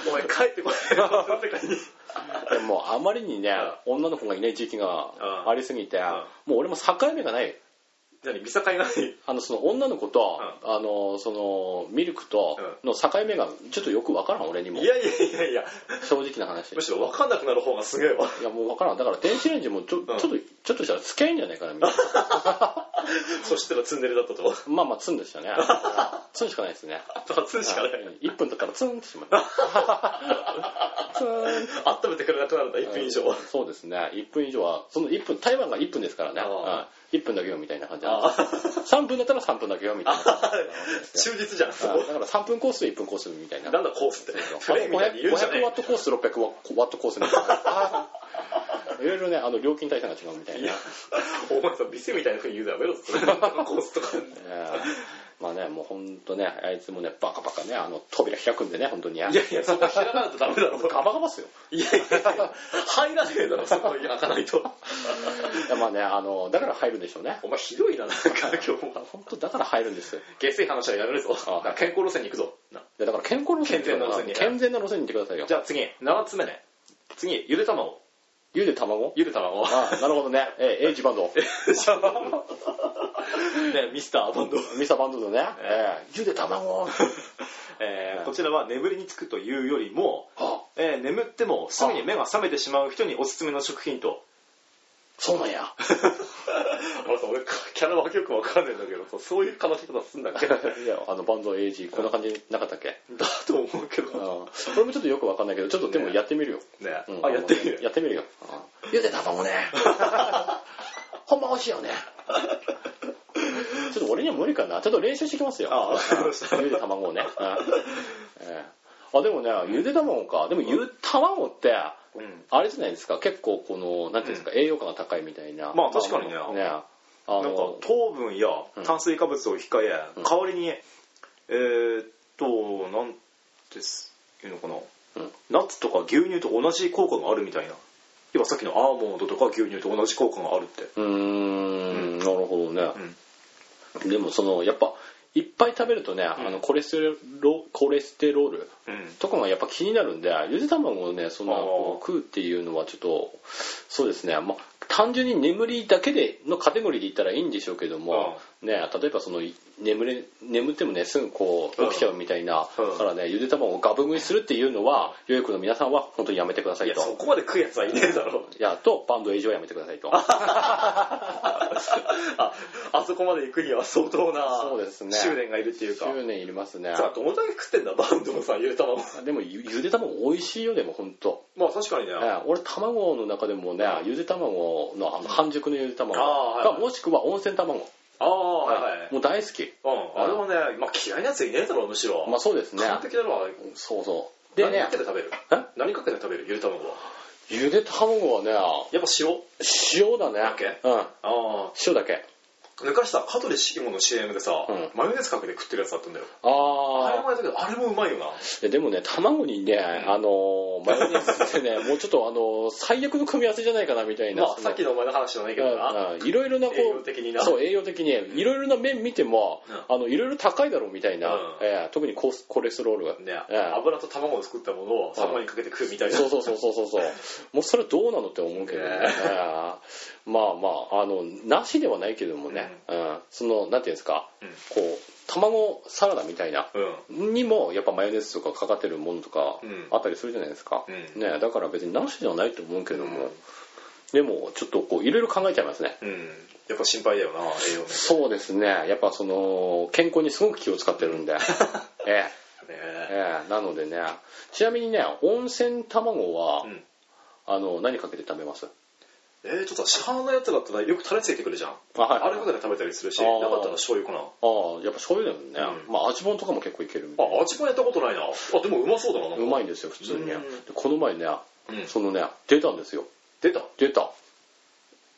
お前、帰ってこい。世界に
でもあまりにね女の子がいない時期がありすぎて
ん
もう俺も境目がない
何、見境がない。
あのその女の子と、あのそのミルクとの境目がちょっとよくわからん俺にも
いやいやいやいや、
正直な話
むしろ分かんなくなる方がすげえわ。
いやもうわからんだから電子レンジもちょ,、
ん
ちょっとちょっとしたらつけんじゃないかな みたいな
そしたらツンデレだったと。
まあまあツンでした ねツンしかないですね
あとはツンしかない。
1分だったらツンって しまった ツーン
温めてくれなくなるんだ、1分以上。
そうですね1分以上はその1分台湾が1分ですからね、
あ
うん、1分だけよみたいな感じなん
あ
です3分だったら3分だけよみたいな感じ
忠実じゃん、そ
うん
こ。
だから3分コースで1分コースみたいな
なんだコースって。
あ
フレームみたいに言うんじゃね
500ワットコース600ワットコースみたいなあー いろいろねあの料金体差が違うみたい
え。い
な
や、お前さ、店みたいな風に言うのやめろ って。コースとか。
えーまあねもうほんとねあいつもねバカバカねあの扉開くんでね本当にい
いやいや、そこ開かないとダメだろ。
ガバガバっすよ
いやいやいや、入らねえだろ、そこ開かないと。
いやまあねあのだから入るんでしょうね
お前ひどいな、なんか今日は。
本当だから入るんですよ
下水話はやめるぞ。健康路線に行くぞ。な
でだから健康路線に行くのかな健
健
全な路線に行ってくださいよ
じゃあ次、7つ目ね。次、ゆで卵。
ゆで卵
ゆで卵。
ああなるほどね。 ええ、エイジバンド。
ね、ミスターバンド。
ミサバンドのね。ええ、ゆで 卵。
えーこちらは眠りにつくというよりも、
あ、
えー眠ってもすぐに目が覚めてしまう人におすすめの食品と
そうなんや。
あのさ、俺、キャラはよくわかんないんだけどさ、そういう悲しみ方すんだっ けだ
いや、あの、バンドエイジ、こんな感じなかったっけ
と思うけ
う
ど。
ん。俺もちょっとよくわかんないけど、ちょっとでもやってみるよ。
ね
うん、
あ、やってみる。
やってみるよ。うんゆで卵 ね。ほんま美味しいよね。ちょっと俺には無理かな。ちょっと練習してきますよ。
あわかりました
うんゆで卵をね。うんええあ、でもね、ゆで卵か。でもゆ、卵って、
うん
あれじゃないですか結構このなんていうんですか、栄養価が高いみたいな
まあ確かにね
あのねあ
なんか
の
糖分や炭水化物を控え、
うん
代わりにえーっとなんですいうのかな、
うん
ナッツとか牛乳と同じ効果があるみたいな要はさっきのアーモンドとか牛乳と同じ効果があるって
うーんなるほどね、でもそのやっぱいっぱい食べるとね、あのコレステロコレステロール
うん
とかがやっぱ気になるんでゆで卵をねそんなこう食うっていうのはちょっとそうですね、まあ、単純に眠りだけでのカテゴリーで言ったらいいんでしょうけども、ね、例えばそのい眠れ眠ってもねすぐこう
うん
起きちゃうみたいな、
うん
からねゆで卵をガブ食いするっていうのは療育の皆さんは本当にやめてください
やそ
と。
こまで食うやつはいねえだ ろ
いやとバンドエイジをやめてくださいと。
ああそこまで行くには相当な
そうですね
執念がいるっていうか
10年いりますね。
さあどのだけ食ってんだバンドのさゆで卵
でもゆゆで卵美味しいよでも本当。
まあ確かにね
ね俺卵の中でもねゆで卵のあの半熟のゆで卵が、
あーはいはい
もしくは温泉卵、
ああはいはい
もう大好き。
うん、あれはね、まあ、嫌いなやついねえだろむしろ、
まあそうですね。
完璧だろあれ
そうそう。で
何
ね
かけ、て食べる
え
何かけて食べるゆで卵は
ゆで卵はね、
やっぱ塩
塩だね。
だけ
うん。
ああ
塩だけ。
昔さ香取慎吾の CM でさ、
うん
マヨネーズかけて食ってるやつだったんだよあれ
あ
もやったけどあれもうまいよな
あ。でもね、卵にね、あのー、マヨネーズって ね、もうちょっとあのー、最悪の組み合わせじゃないかなみたいな。
まあさっきのお前の話じゃないけどな
うんうんいろいろなこう
栄養的にな
そう栄養的にいろいろな面見ても、
う
あのいろいろ高いだろうみたいな、
うん
ええ特にコスコレステロールが、
ね
ええ
油と卵を作ったものをサンマにかけて食うみたいな
そうそうそうそうそうそうもうそれどうなのって思うけどね、
ね
ええまあまああのなしではないけどもね、うんそのなんていうんですか、
うん
こう卵サラダみたいな
うん
にもやっぱマヨネーズとかかかってるものとか
うん
あったりするじゃないですか、
うん
ねだから別になしではないと思うけども、
うん
でもちょっとこういろいろ考えちゃいますね
うんやっぱ心配だよな栄養面ね
そうですね。やっぱその、健康にすごく気を使って るんで。ええ、
え
ええ、なのでね。ちなみにね、温泉卵は、
うん
あの、何かけて食べます
えー、ちょっと市販のやつだったらよくタレついてくるじゃん
あ、はい。
あれとかで食べたりするし
あー
なかったら醤油かな
ああ、やっぱ醤油だよね。
うん
まあ、味本とかも結構いけるみたい
あ味もやったことないなあでもうまそうだななんか
うまいんですよ、普通に。で
うん
この前ね、
うん
そのね、出たんですよ。
出た
出た。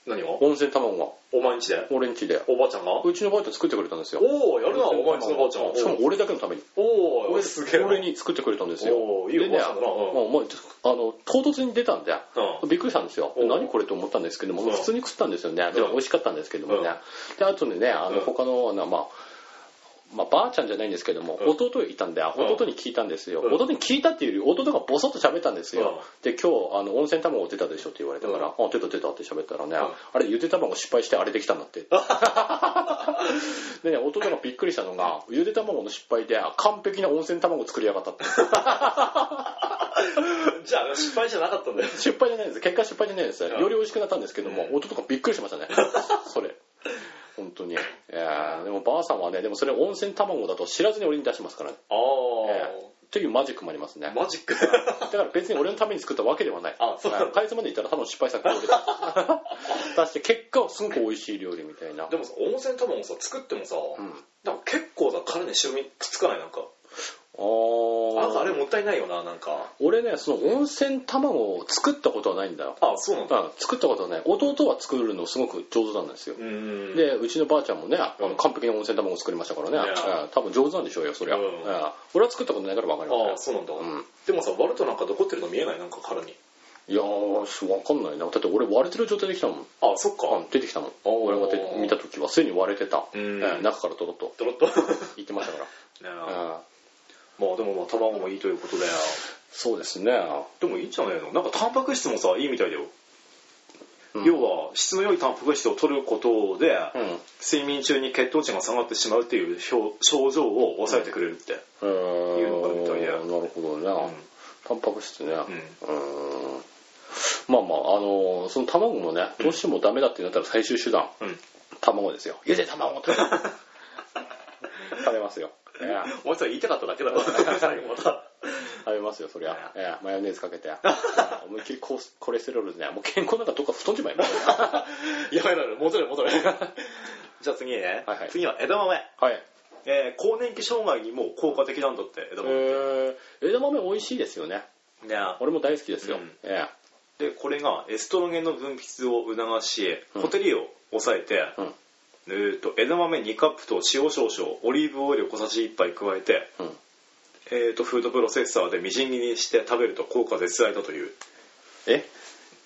何が
温泉卵が、
お前んちで
俺んちで。
おばあちゃんがお
うちのバイト作ってくれたんですよ。
おーやるなお前んちのばあちゃん
しかも俺だけのために。
おお
俺
すげえな
俺に作ってくれたんですよ。
おーいいお
でね
ばあちゃんだなうん
もうもうあの唐突に出たんで、
うん
びっくりしたんですよ
うん
何これと思ったんですけども、
うん
普通に食ったんですよねでも
うん
美味しかったんですけどもね、
うん
であとでねあ
うん
の他の、あのまあまあ、ばあちゃんじゃないんですけども、
うん
弟いたんで
ん
弟に聞いたんですよ、
うん
弟に聞いたっていうより弟がボソッと喋ったんですよ、で今日あの温泉卵出たでしょって言われたから、あ出た出たって喋ったらね、あれゆで卵失敗してあれできたんだ ってでね弟がびっくりしたのがゆで卵の失敗で完璧な温泉卵作りやがったって
じゃあ失敗じゃなかったんだよ
失敗じゃないです結果失敗じゃないです、
ん
より美味しくなったんですけども、
うん
音とかびっくりしましたね それ本当にいやーでもばあさんはねでもそれ温泉卵だと知らずに俺に出してますからね、
あ
えーというマジックもありますね
あマジック
だから別に俺のために作ったわけではない
あ そうなんだ
はいかいつまでいったら多分失敗作が 俺だ出して結果はすごく美味しい料理みたいな
でもさ温泉卵さ作ってもさ
うん
なんか結構さ殻に白身くっつかないなんかなんか
あ
あれ
れ
もったいないよななんか
俺ねその温泉卵を作ったことはないんだよ
あそうなん
う
だ
ん作ったことはない弟は作るのすごく上手なんですよ
うーん
でうちのばあちゃんもねあ
うん
の完璧な温泉卵を作りましたからね、
いや
うん多分上手なんでしょうよそりゃ、
うん
うん俺は作ったことないから分かりま
ああ
せ
そうなんだ
ん
でもさ割るとなんか残ってるの見えないなんか殻に
んいやーし分かんないなだって俺割れてる状態できたもん、
あそっか
うん出てきたもん
ー
俺が出見た時はすでに割れてた、
うん
ええ中からドロッと
ドロッとね
いってましたから、
え
うん
まあでもまあ卵もいいということで
そうですね、
でもいいんじゃないのなんかタンパク質もさいいみたいだよ
うん
要は質の良いタンパク質を取ることで
うん
睡眠中に血糖値が下がってしまうっていう表症状を抑えてくれるって
えー
いうのがあるみたいで
なるほどね、タンパク質ね
ん
うんまあまああのーその卵もねどうしてもダメだってなったら最終手段、
うん
卵ですよゆで卵 と食べますよ、ええ
お前さ言いたかっただけだろ 最後また
食べますよそりゃ、ええマヨネーズかけてえ え思いっきりコスコレステロールでねもう健康なんかどっか太んじまいますよ
やばいやばい戻れ戻れ じゃあ次ね、
はいはい
次は枝豆、
はい
えー、更年期障害にも効果的なんだって枝
え
豆、
ー枝豆美味しいですよね
ね
俺も大好きですよ、
うん
え
でこれがエストロゲンの分泌を促し
うん
ほてりを抑えて、
うん
えー、と枝豆2カップと塩少々オリーブオイル小さじ1杯加えて、
え
えー、とフードプロセッサーでみじん切りにして食べると効果絶大だという
え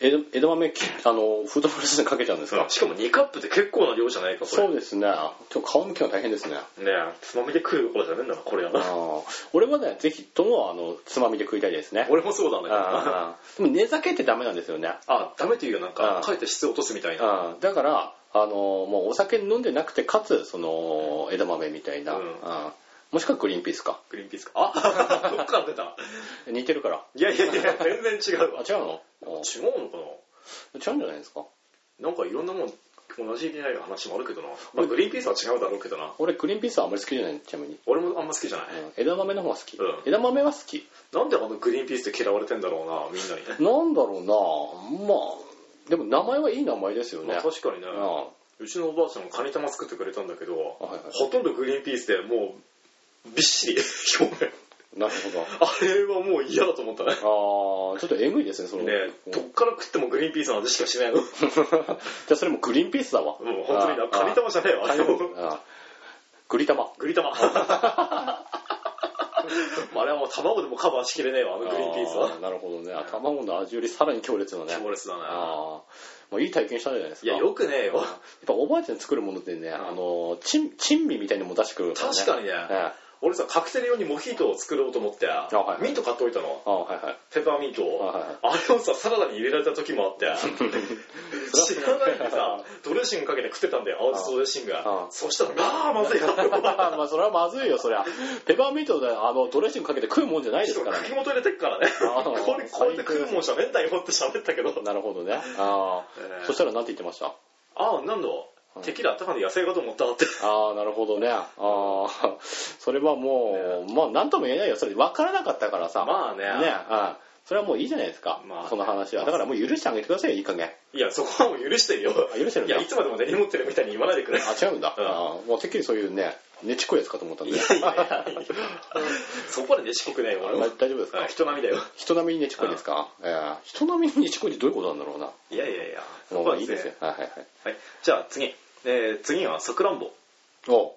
枝枝豆きあのフードプロセスにかけちゃうんですか、
しかも2カップって結構な量じゃないかこれ
そうですねちょっと皮むきの大変ですね
ねえつまみで食うことじゃねえんだなこれや
あ
な
ー俺はねぜひともあのつまみで食いたいですね
俺もそうなんだけどあ
あーでも寝酒ってダメなんですよね
ダメっていうよなん
う
か
ん
かえって質を落とすみたいな
うんだからあのもうお酒飲んでなくてかつその枝豆みたいな、
うん
うんもしくはグリーンピースか
グリーンピースか あどっから出た
似てるから
いやいやいや全然違う
あ
わ
違うのお
違うのか
違うんじゃないですか
ななんかいろんなもん同じ意味ない話もあるけどな、まあ、グリーンピースは違うだろうけどな
俺グリーンピースはあんまり好きじゃないちなみに、
俺もあんま好きじゃない、
うん枝豆の方が好き、
うん
枝豆は好き
なんであのグリーンピースって嫌われてんだろうなみんなにね
なんだろうなまあでも名前はいい名前ですよね、
まあ確かにね、
うんは
うちのおばあちゃんがカニ玉作ってくれたんだけど、
いは
ほとんどグリーンピースでもうびっし り表面
いなる
あれはもう嫌だと思ったね
ほどああちょっとエグいですねその
ね
うん
どっから食ってもグリーンピースの味しかしないのもう
じゃあそれもグリーンピースだわ
本当になカニ玉じゃねえわ
あーあーグリ玉
グリ 玉あれはもう卵でもカバーしきれねえわあのグリーンピース
あ
は
なるほどねあ卵の味よりさらに強烈なね
強烈だね
ああもういい体験したんじゃないです
い
か
やよくねえよ
やっぱおばあちゃん作るものってね、あの珍珍味みたいなのも出してくるから、ね、
確かにね
ええ
俺さカクテル用にモヒートを作ろうと思って
はい
ミント買っておいたの
ああはいはい
ペパーミントを
はいはい
あれをさサラダに入れられた時もあって 知らないでさドレッシングかけて食ってたんだよ青じそドレッシング
あ
が
あ
そしたらああまずいな
まあそれはまずいよそりゃペパーミントであのドレッシングかけて食うもんじゃないで
し
す
か
か
も
ら
茎
ね
元入れてっからね
ああ
これこうやって食うもんじゃねえんだよって喋ったけど
なるほどねああ、
ええ
そしたらなんて言ってました
ああなんだテキーラあったかんで野生かと思ったって
ああなるほどねああそれはもう、まあ何とも言えないよそれ分からなかったからさ
まあ
ね
ね
ああそれはもういいじゃないですか、
まあ
その話はだからもう許してあげてくださいよいい加減
いやそこはもう許してるよ
あ許してるん
い
だ
やいつまでも根に持ってるみたいに言わないでくれ
あ違うんだ、
うん
ああもうてっきりそういうねねちっこいやつかと思ったん
い
で
やいやいやいやそこまでねしこくないよ俺
あ
も
大丈夫ですか、
うん人並みだよ
人並みにねちっこいですか、ええ人並みにねちっこいってどういうことなんだろうない
やいやいやそこ
も
は
ういいですよはいはいはい
はい、じゃあ次、えー次はさくらんぼ
お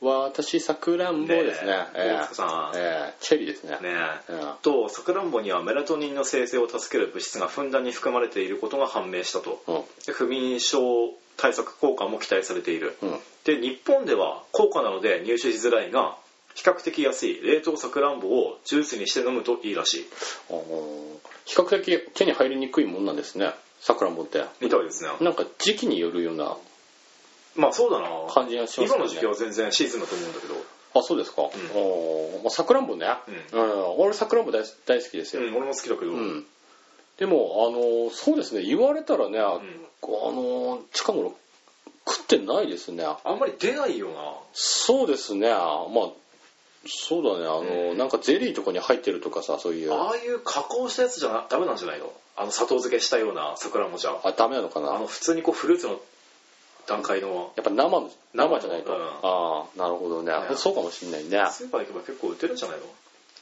私さくらんぼですね
ねえ
ええ
大塚さん
ええチェリーですね
ねえ
ええ
とさくらんぼにはメラトニンの生成を助ける物質がふんだんに含まれていることが判明したと
うん
で不眠症対策効果も期待されている
うん
で日本では高価なので入手しづらいが比較的安い冷凍さくらんぼをジュースにして飲むといいらしい
あの比較的手に入りにくいもんなんですねさくらんぼって
みたいですね
なんか時期によるような
まあそうだな
感じがしますよ
今
ね
の時期は全然シーズンだと思うんだけど
あそうですか、おまあ、さくらんぼね、
う
うん俺さくらんぼ大好大好きですよ、
うん俺も好きだけど、
うんでもあのそうですね言われたらね、あの近頃食ってないですね
あんまり出ないよな
そうですねまあそうだねあの、
うん
なんかゼリーとかに入ってるとかさそういうあ
ああいう加工したやつじゃなダメなんじゃないのあの砂糖漬けしたような桜もじゃあ
ダメなのかな
あの普通にこうフルーツの段階の
やっぱ生の生じゃないと、
うん
ああなるほどね、
うん
そうかもしんないね
スーパー行けば結構売ってるんじゃないの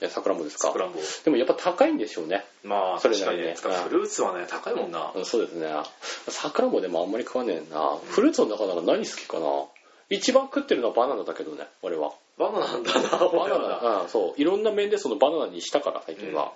えさくらんぼですか
桜んぼ
でもやっぱ高いんでしょうね、
まあ
それ
確
な
か
り
に
にね
ねつうか
うん
フルーツはね高いもんな
うん、そうですねさくらんぼでもあんまり食わねえなフルーツの中なら何好きかな一番食ってるのはバナナだけどね俺は
バナナなんだな
バ
俺
ナ
はな
ナ、うん、そういろんな面でそのバナナにしたから最近は、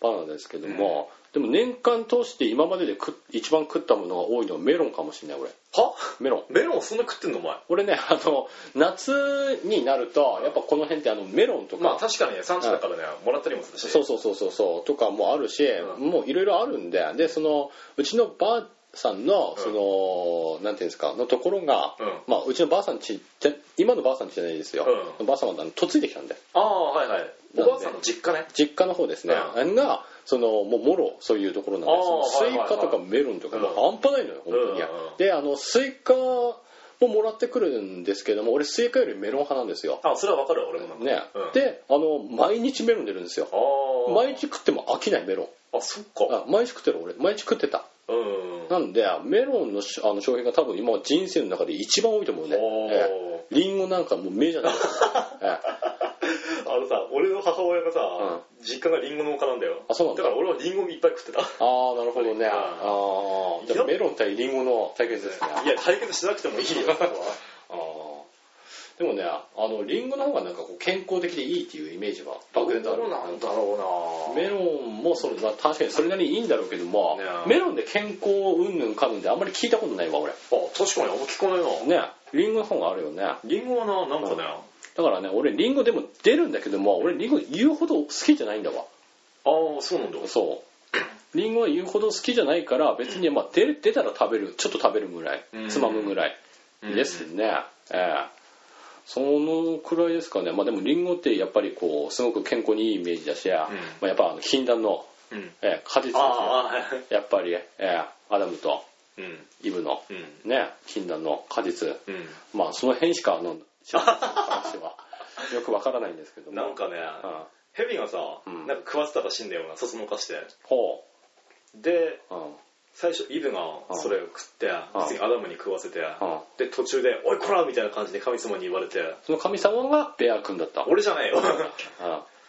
バナナですけども、でも年間通して今までで食っ一番食ったものが多いのはメロンかもしれない俺
は
メロン
メロンそんな食ってんのお前
俺ねあの夏になるとやっぱこの辺ってあのメロンとか、
まあ確かにね産地だからねもらったりもするし
そうそうそうそうそうとかもあるし、
う
もういろいろあるんででそのうちのばあさんの
ん
その、なんていうんですかのところが、
うん
まあ、うちのばあさんちじゃ今のばあさんちじゃないですよ、
う
ばあさんはあの嫁いできたんで
ああはいはい
なんで
おばあさんの実家ね
実家の方ですね、がそのもうもろそういうところなんで
あー
そのスイカとか
はいはいはい
メロンとか
うん
もう半端ないのよ、本当に、
うんうんうん
であのスイカももらってくるんですけども俺スイカよりメロン派なんですよ、
あそれはわかる俺もなんか
ね
うん
であの毎日メロン出るんですよ
ああ
毎日食っても飽きないメロン
あそっか
あ毎日食ってる俺毎日食ってた
うん
なんでメロンのしあの商品が多分今人生の中で一番多いと思うね
おー
ええリンゴなんかもう目じ ゃない、ええ
あのさ俺の母親がさ、実家がリンゴ農家なんだよ
あそうなんだ
だから俺はリンゴいっぱい食ってた
ああなるほどね
うん
ああじゃあメロン対リンゴの対決ですね
いや、対決しなくてもいいよ。
あーでもねあのリンゴの方がなんかこう健康的でいいっていうイメージは漠然とある
どうなんだろう
メ
な
ロンもそれまあ確かにそれなりにいいんだろうけども、
ね
メロンで健康うんぬんかむんであんまり聞いたことないわ俺
あ確かにあんま聞かないな
ねリンゴの方があるよね
リンゴはななんかね、
だからね俺リンゴでも出るんだけども俺リンゴ言うほど好きじゃないんだわ
ああそうなんだ
そうリンゴは言うほど好きじゃないから別にまあ出る出たら食べるちょっと食べるぐらい
うん
つまむぐらい
うん
ですね、ええそのくらいですかねまあでもリンゴってやっぱりこうすごく健康にいいイメージだし、まあ、やっぱあの禁断の、
うん
ええ果実ですよ
ああはい
やっぱり、ええアダムと
うん
イブの
うん
ね禁断の果実
うん
まあその辺しかあ の知らない話はよくわからないんですけども
なんかね
うん
ヘビがさ、
うん
なんか食わせたらしいんだよなそそのかして
ほ
で
ううん
最初イブがそれを食って
うん
次アダムに食わせて
うん
で途中で「おいこら!」みたいな感じで神様に言われて
その神様がベア君だった
「俺じゃないよ」
うん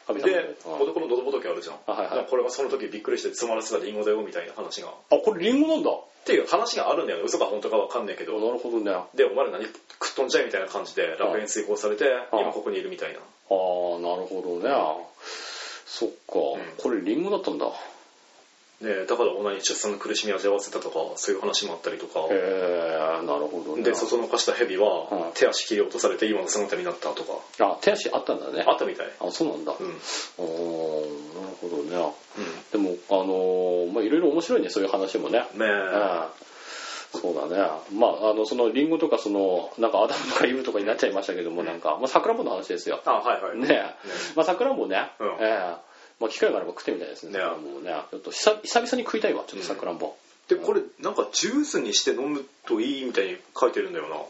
神様
で男の喉仏あるじゃん
あはいはい
なんかこれがその時びっくりして詰まらせたリンゴだよみたいな話がっ
あこれリンゴなんだ
ていう話があるんだよね嘘か本当かわかんないけ
な
ど
るほどねあ
でお前ら何食っとんじゃいみたいな感じで楽園に追放されて
うん
今ここにいるみたいな
あーなるほどねそっか
ん
これリンゴだったんだへ
でだから女に出産の苦しみを味わわせたとかそういう話もあったりとか
えなるほどね
でそそのかしたヘビ
うん
は手足切り落とされて今の姿になったとか
あ手足あったんだね
あったみたい
あそうなんだ
うん
おーなるほどね
うん
でもあのーまあいろいろ面白いねそういう話もね
ねえ
うんそうだねまああのそのリンゴとかそのなんかアダムとかイブとかになっちゃいましたけどもなんか、まあ、桜んぼの話ですよ
あはいはい
ねえまあ桜んぼね、
うん
ええまあ機会があれば食ってみたいですね
ねえ
桜んぼをねちょっと久久々に食いたいわちょっと桜んぼ、
でこれなんかジュースにして飲むといいみたいに書いてるんだよ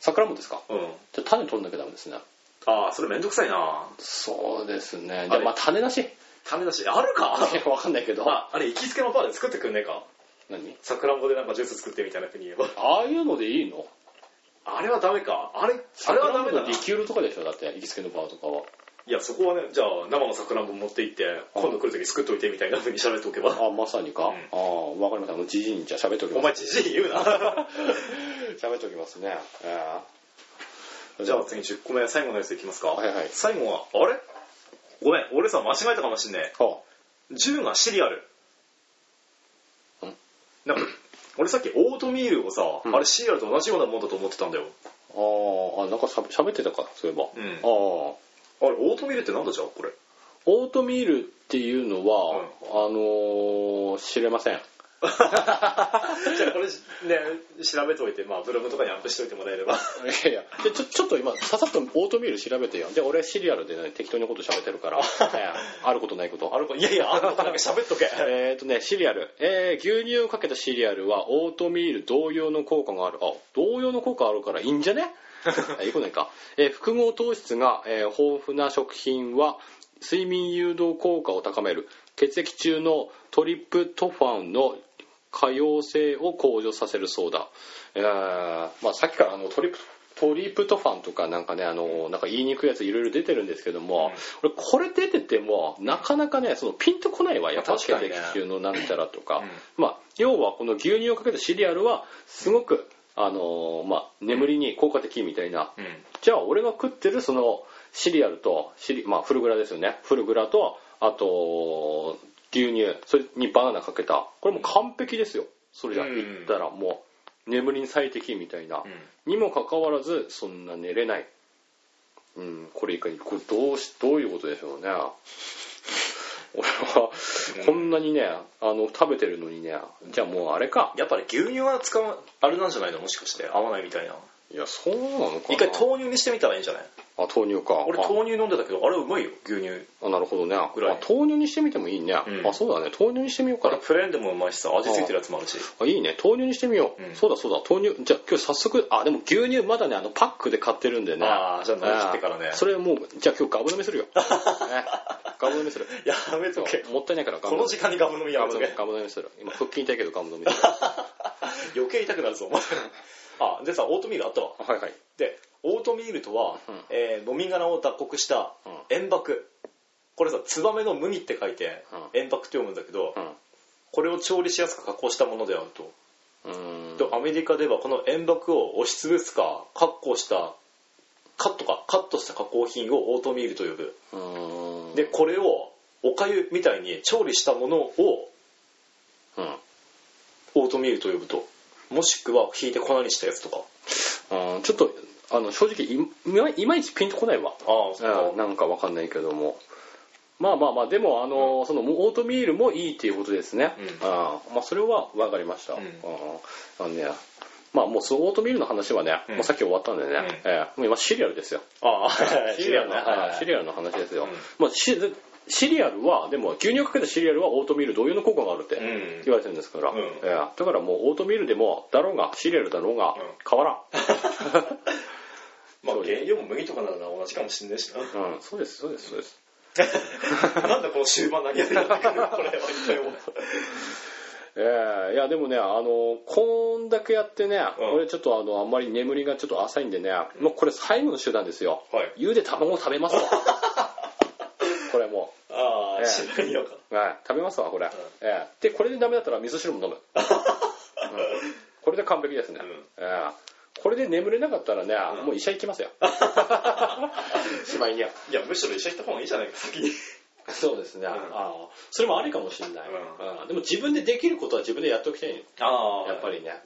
桜んぼですか
なうん
じゃあ種取んなきゃダメですね
ああそれめんどくさいな
そうですね
あ
で
れ
まあ種なしい
種なしあるか
や わかんないけど
ああれ行きつけのバーで作ってくんねえか
何
さくらんぼでなんかジュース作ってみたいなふうに言えば
ああいうのでいいの
あれはダメかあれあれはダ
桜
メ
ん
だ
ぼ
な
のリキュールとかでしょだって行きつけのバーとかはい
やそこはねじゃあ生のさくらんぼ持って行って今度来る時作っといてみたいなふうに喋っておけば
あまさにか、
うん
ああわかりましたもうじじいにじゃあ喋っておき
お
ま
前
す
じじい言う な
喋っておきますね、ええ
じゃあ次10個目最後のやついきますか
はいはい
最後はあれごめん俺さ間違えたかもしんねえ
は
10がシリアル
ん
なんか俺さっきオートミールをさ、
うん
あれシリアルと同じようなもんだと思ってたんだよ
あああなんかしゃ喋ってたかそういえば、
うん
ああオ
あれオートミールってなんだじゃあこれ
ートミールっていうのは、あのー知れません
じゃあこれね調べといて、まあ、ブログとかにアップしといてもらえれば
いやいやでちょちょっと今ささっとオートミール調べてよで俺シリアルで、ね、適当なこと喋ってるからええあることないこと
あるか いやいやあることだけ喋っとけ
えっとねシリアル、えー牛乳をかけたシリアルはオートミール同様の効果があるあ同様の効果あるからいいんじゃねあいいことないか、えー複合糖質が、えー豊富な食品は睡眠誘導効果を高める血液中のトリプトファンの可用性を向上させるそうだ、えーまあ、さっきからあのトリプトリプトファンとかなんかねあのなんか言いにくいやついろいろ出てるんですけども、俺これ出ててもなかなかねそのピンとこないわやっぱ
確かにね
血液中のなんたらとか、
うん
まあ、要はこの牛乳をかけたシリアルはすごく、あのーまあ、眠りに効果的みたいな、
うん
じゃあ俺が食ってるそのシリアルとシリ、まあ、フルグラですよねフルグラとあと牛乳それにバナナかけたこれもう完璧ですよそれじゃ
うん
言ったらもう眠りに最適みたいな
う、ん
にもかかわらずそんな寝れない、うん、これいかにこれどうしどういうことでしょうね 俺は
うん
こんなにねあの食べてるのにねじゃあもうあれか
やっぱり牛乳は使うあれなんじゃないのもしかして合わないみたいない
やそうなのかな
一回豆乳にしてみたらいいんじゃない
あ豆乳か
俺
あ
豆乳飲んでたけどあれうまいよ牛乳
あなるほどね、
ぐらい
あ豆乳にしてみてもいいね、
うん
あそうだね豆乳にしてみようか
あ
な
れプレーンでもうまいしさ味付いてるやつもあるし
あいいね豆乳にしてみよう、
うん
そうだそうだ豆乳じゃあ今日早速あでも牛乳まだねあのパックで買ってるんでね
あーじゃあ飲み切ってからね
あーそれもうじゃあ今日ガブ飲みす るよ、ね、ガブ飲みする
やめとけ
もったいないからガブ
こ
飲
の
み
時間にガム飲みや
ガ
め
ム
と
飲
け
みガブ飲みする今腹筋痛いけどガム飲み する
余計痛くなるぞお前あでさオートミールあったわ
はいはい
でオートミールとは、
うん
えー飲み殻を脱穀した
うん
塩爆これさツバメの無味って書いて
う
塩爆って読むんだけど、
うん
これを調理しやすく加工したものであると、
うーん
でアメリカではこの塩爆を押しつぶすか発酵した
カットかカットした加工品をオートミールと呼ぶ
うーん
でこれをおかゆみたいに調理したものを
うんう
オートミールと呼ぶともしくはひいて粉にしたやつとか
ーんちょっとあの正直いいまいまいちピンとこないわ
ああ
うんなんかわかんないけどもまあまあまあでもあの、そのオートミールもいいっていうことですね、
うん
ああまあそれは分かりました、
ん
うんあのねまあもうそのオートミールの話はね、
うん
もうさっき終わったんでね、ええもう今シリアルですよ
あ あ
シリアルの、
はいはい
はいシリアルの話ですよ、
うん
まあ、シシリアルはでも牛乳をかけたシリアルはオートミール同様の効果があるって
うん
言われてるんですから、
うん
ええだからもうオートミールでもだろうがシリアルだろうが
ん
変わらん、そうです
まあ原料も麦とかなら同じかもしんない しな
うん、そうですそうですそうです
なんだこの終盤何や るんだこれは一体もう
ええいやでもねあのこんだけやってね、
うん
俺ちょっとあのあんまり眠りがちょっと浅いんでね、もうこれ最後の手段ですよ
はい
湯で卵を食べ ますわこれも
あ
ええ
あ知らんよか
う、はい、食べますわこれ、ええでこれでダメだったら味噌汁も飲む、うんこれで完璧ですね、
うん
ええこれで眠れなかったらね、
うん
もう医者行き ますよしまいにはい
やむしろ医者行った方がいいじゃないか先に
そうですね、ああそれもありかもしれない、
うん
うんでも自分でできることは自分でやっておきたいよ
あ
やっぱ
り
りね、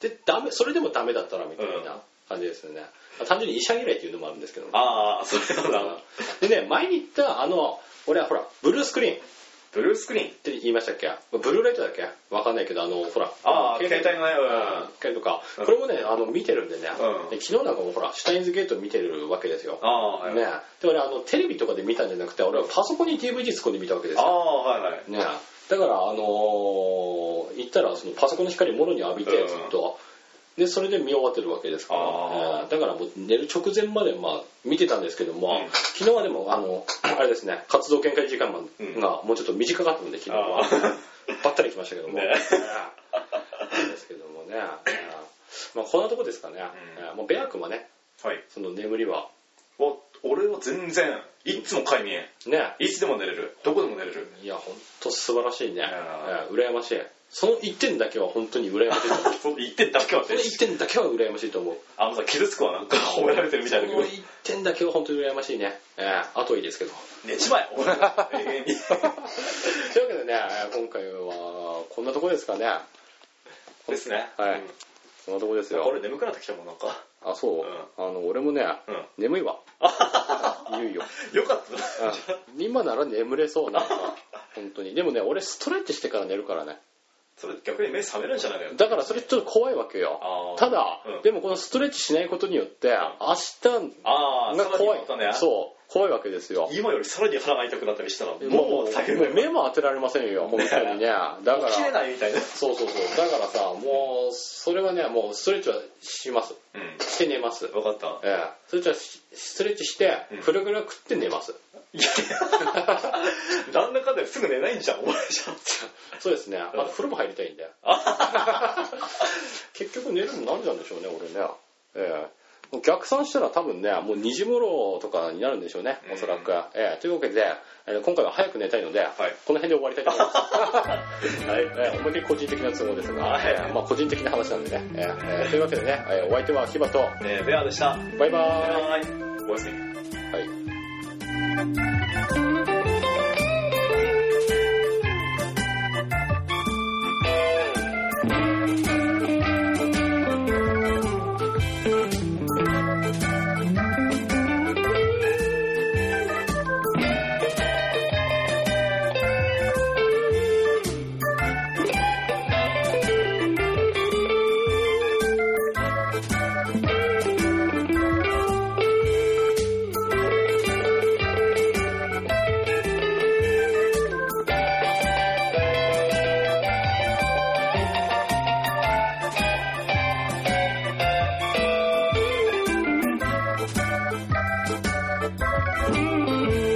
でダメそれでもダメだったらみたいな感じですよね、単純に医者嫌いっていうのもあるんですけどね
ああそれなんだ
でね前に言ったあの俺はほらブルースクリーンっ
ブルースクリーン
て言いましたっけブルーライトだっけわかんないけどあのほら
ああ携帯のね
うん携帯とかこれもねあの見てるんでね、
うん
で昨日なんかもほらシュタインズゲート見てるわけですよ
ああはい
ねで俺あのテレビとかで見たんじゃなくて俺はパソコンに DVD 突っ込んで見たわけです
あ
よ
あはいはい
ねだからあのー言ったらそのパソコンの光もろに浴びてず
うん
っと、でそれで見終わってるわけですから、
あー
えーだからもう寝る直前までまあ見てたんですけども、
うん
昨日はでもあのあれですね活動限界時間が
うん
もうちょっと短かったので昨日は
あ ー
ばったり来ましたけども、
ね
なんですけどもね、えーまあ、こんなとこですかね、
うん
えーもうベア君はね
はい
その眠りは
お俺は全然いつも快眠
ね
いつでも寝れるどこでも寝れる
いや本当素晴らしいね、
あ
えー羨ましいその1点だけは本当に羨ましいと思う
その1点だけは
その1点だけは羨ましいと思う。
あのさ傷つくわなんか褒められてるみ
そ
た
の
いだけど
1点だけは本当に羨ましいね。えー、あといいですけど。
寝ちまえ 俺は永遠に
というわけでね、えー今回はこんなとこですかね。
ですね
はい
うん
こんなとこです
あ
よ。
俺眠くなってきたもんなんか
あ、そう。
うん
あの、俺もね、
うん
眠い わ。いよいよ。
よかったな
うん今なら眠れそうなんか。本当に。でもね、俺ストレッチしてから寝るからね。
それ逆に目覚めるんじゃないのよ
だからそれちょっと怖いわけよ。
あー
ただ、
うん
でもこのストレッチしないことによって、明
ああ
日が怖い。
さらにまたね
そう。怖いわけですよ。
今よりさらに腹が痛くなったりしたらもう
もう
大変だよ
目も当てられませんよ本当 にねだから
起きれないみたいな
そうそうそうだからさもうそれはねもうストレッチはします
う
して寝ます
ん分かった
ええストレッチはしストレッチして
うん
フルグラ食って寝 ます
いやなんだかんだすぐ寝ないんじゃんお前じゃん
そうですねあと風呂も入りたい んで結局寝るの何なんでしょうね俺ねええもう逆算したら多分ねもう2時頃とかになるんでしょうねおそらく、ええというわけでえー今回は早く寝たいので、この辺で終わりたいと思います
はい
えー、思いっきり個人的な都合ですが、
はい
えーまあ、個人的な話なんでね、えーえーというわけでね、えーお相手は秋葉と
ねベアでした
バイバーイ、
はーいおやすみ
はい
「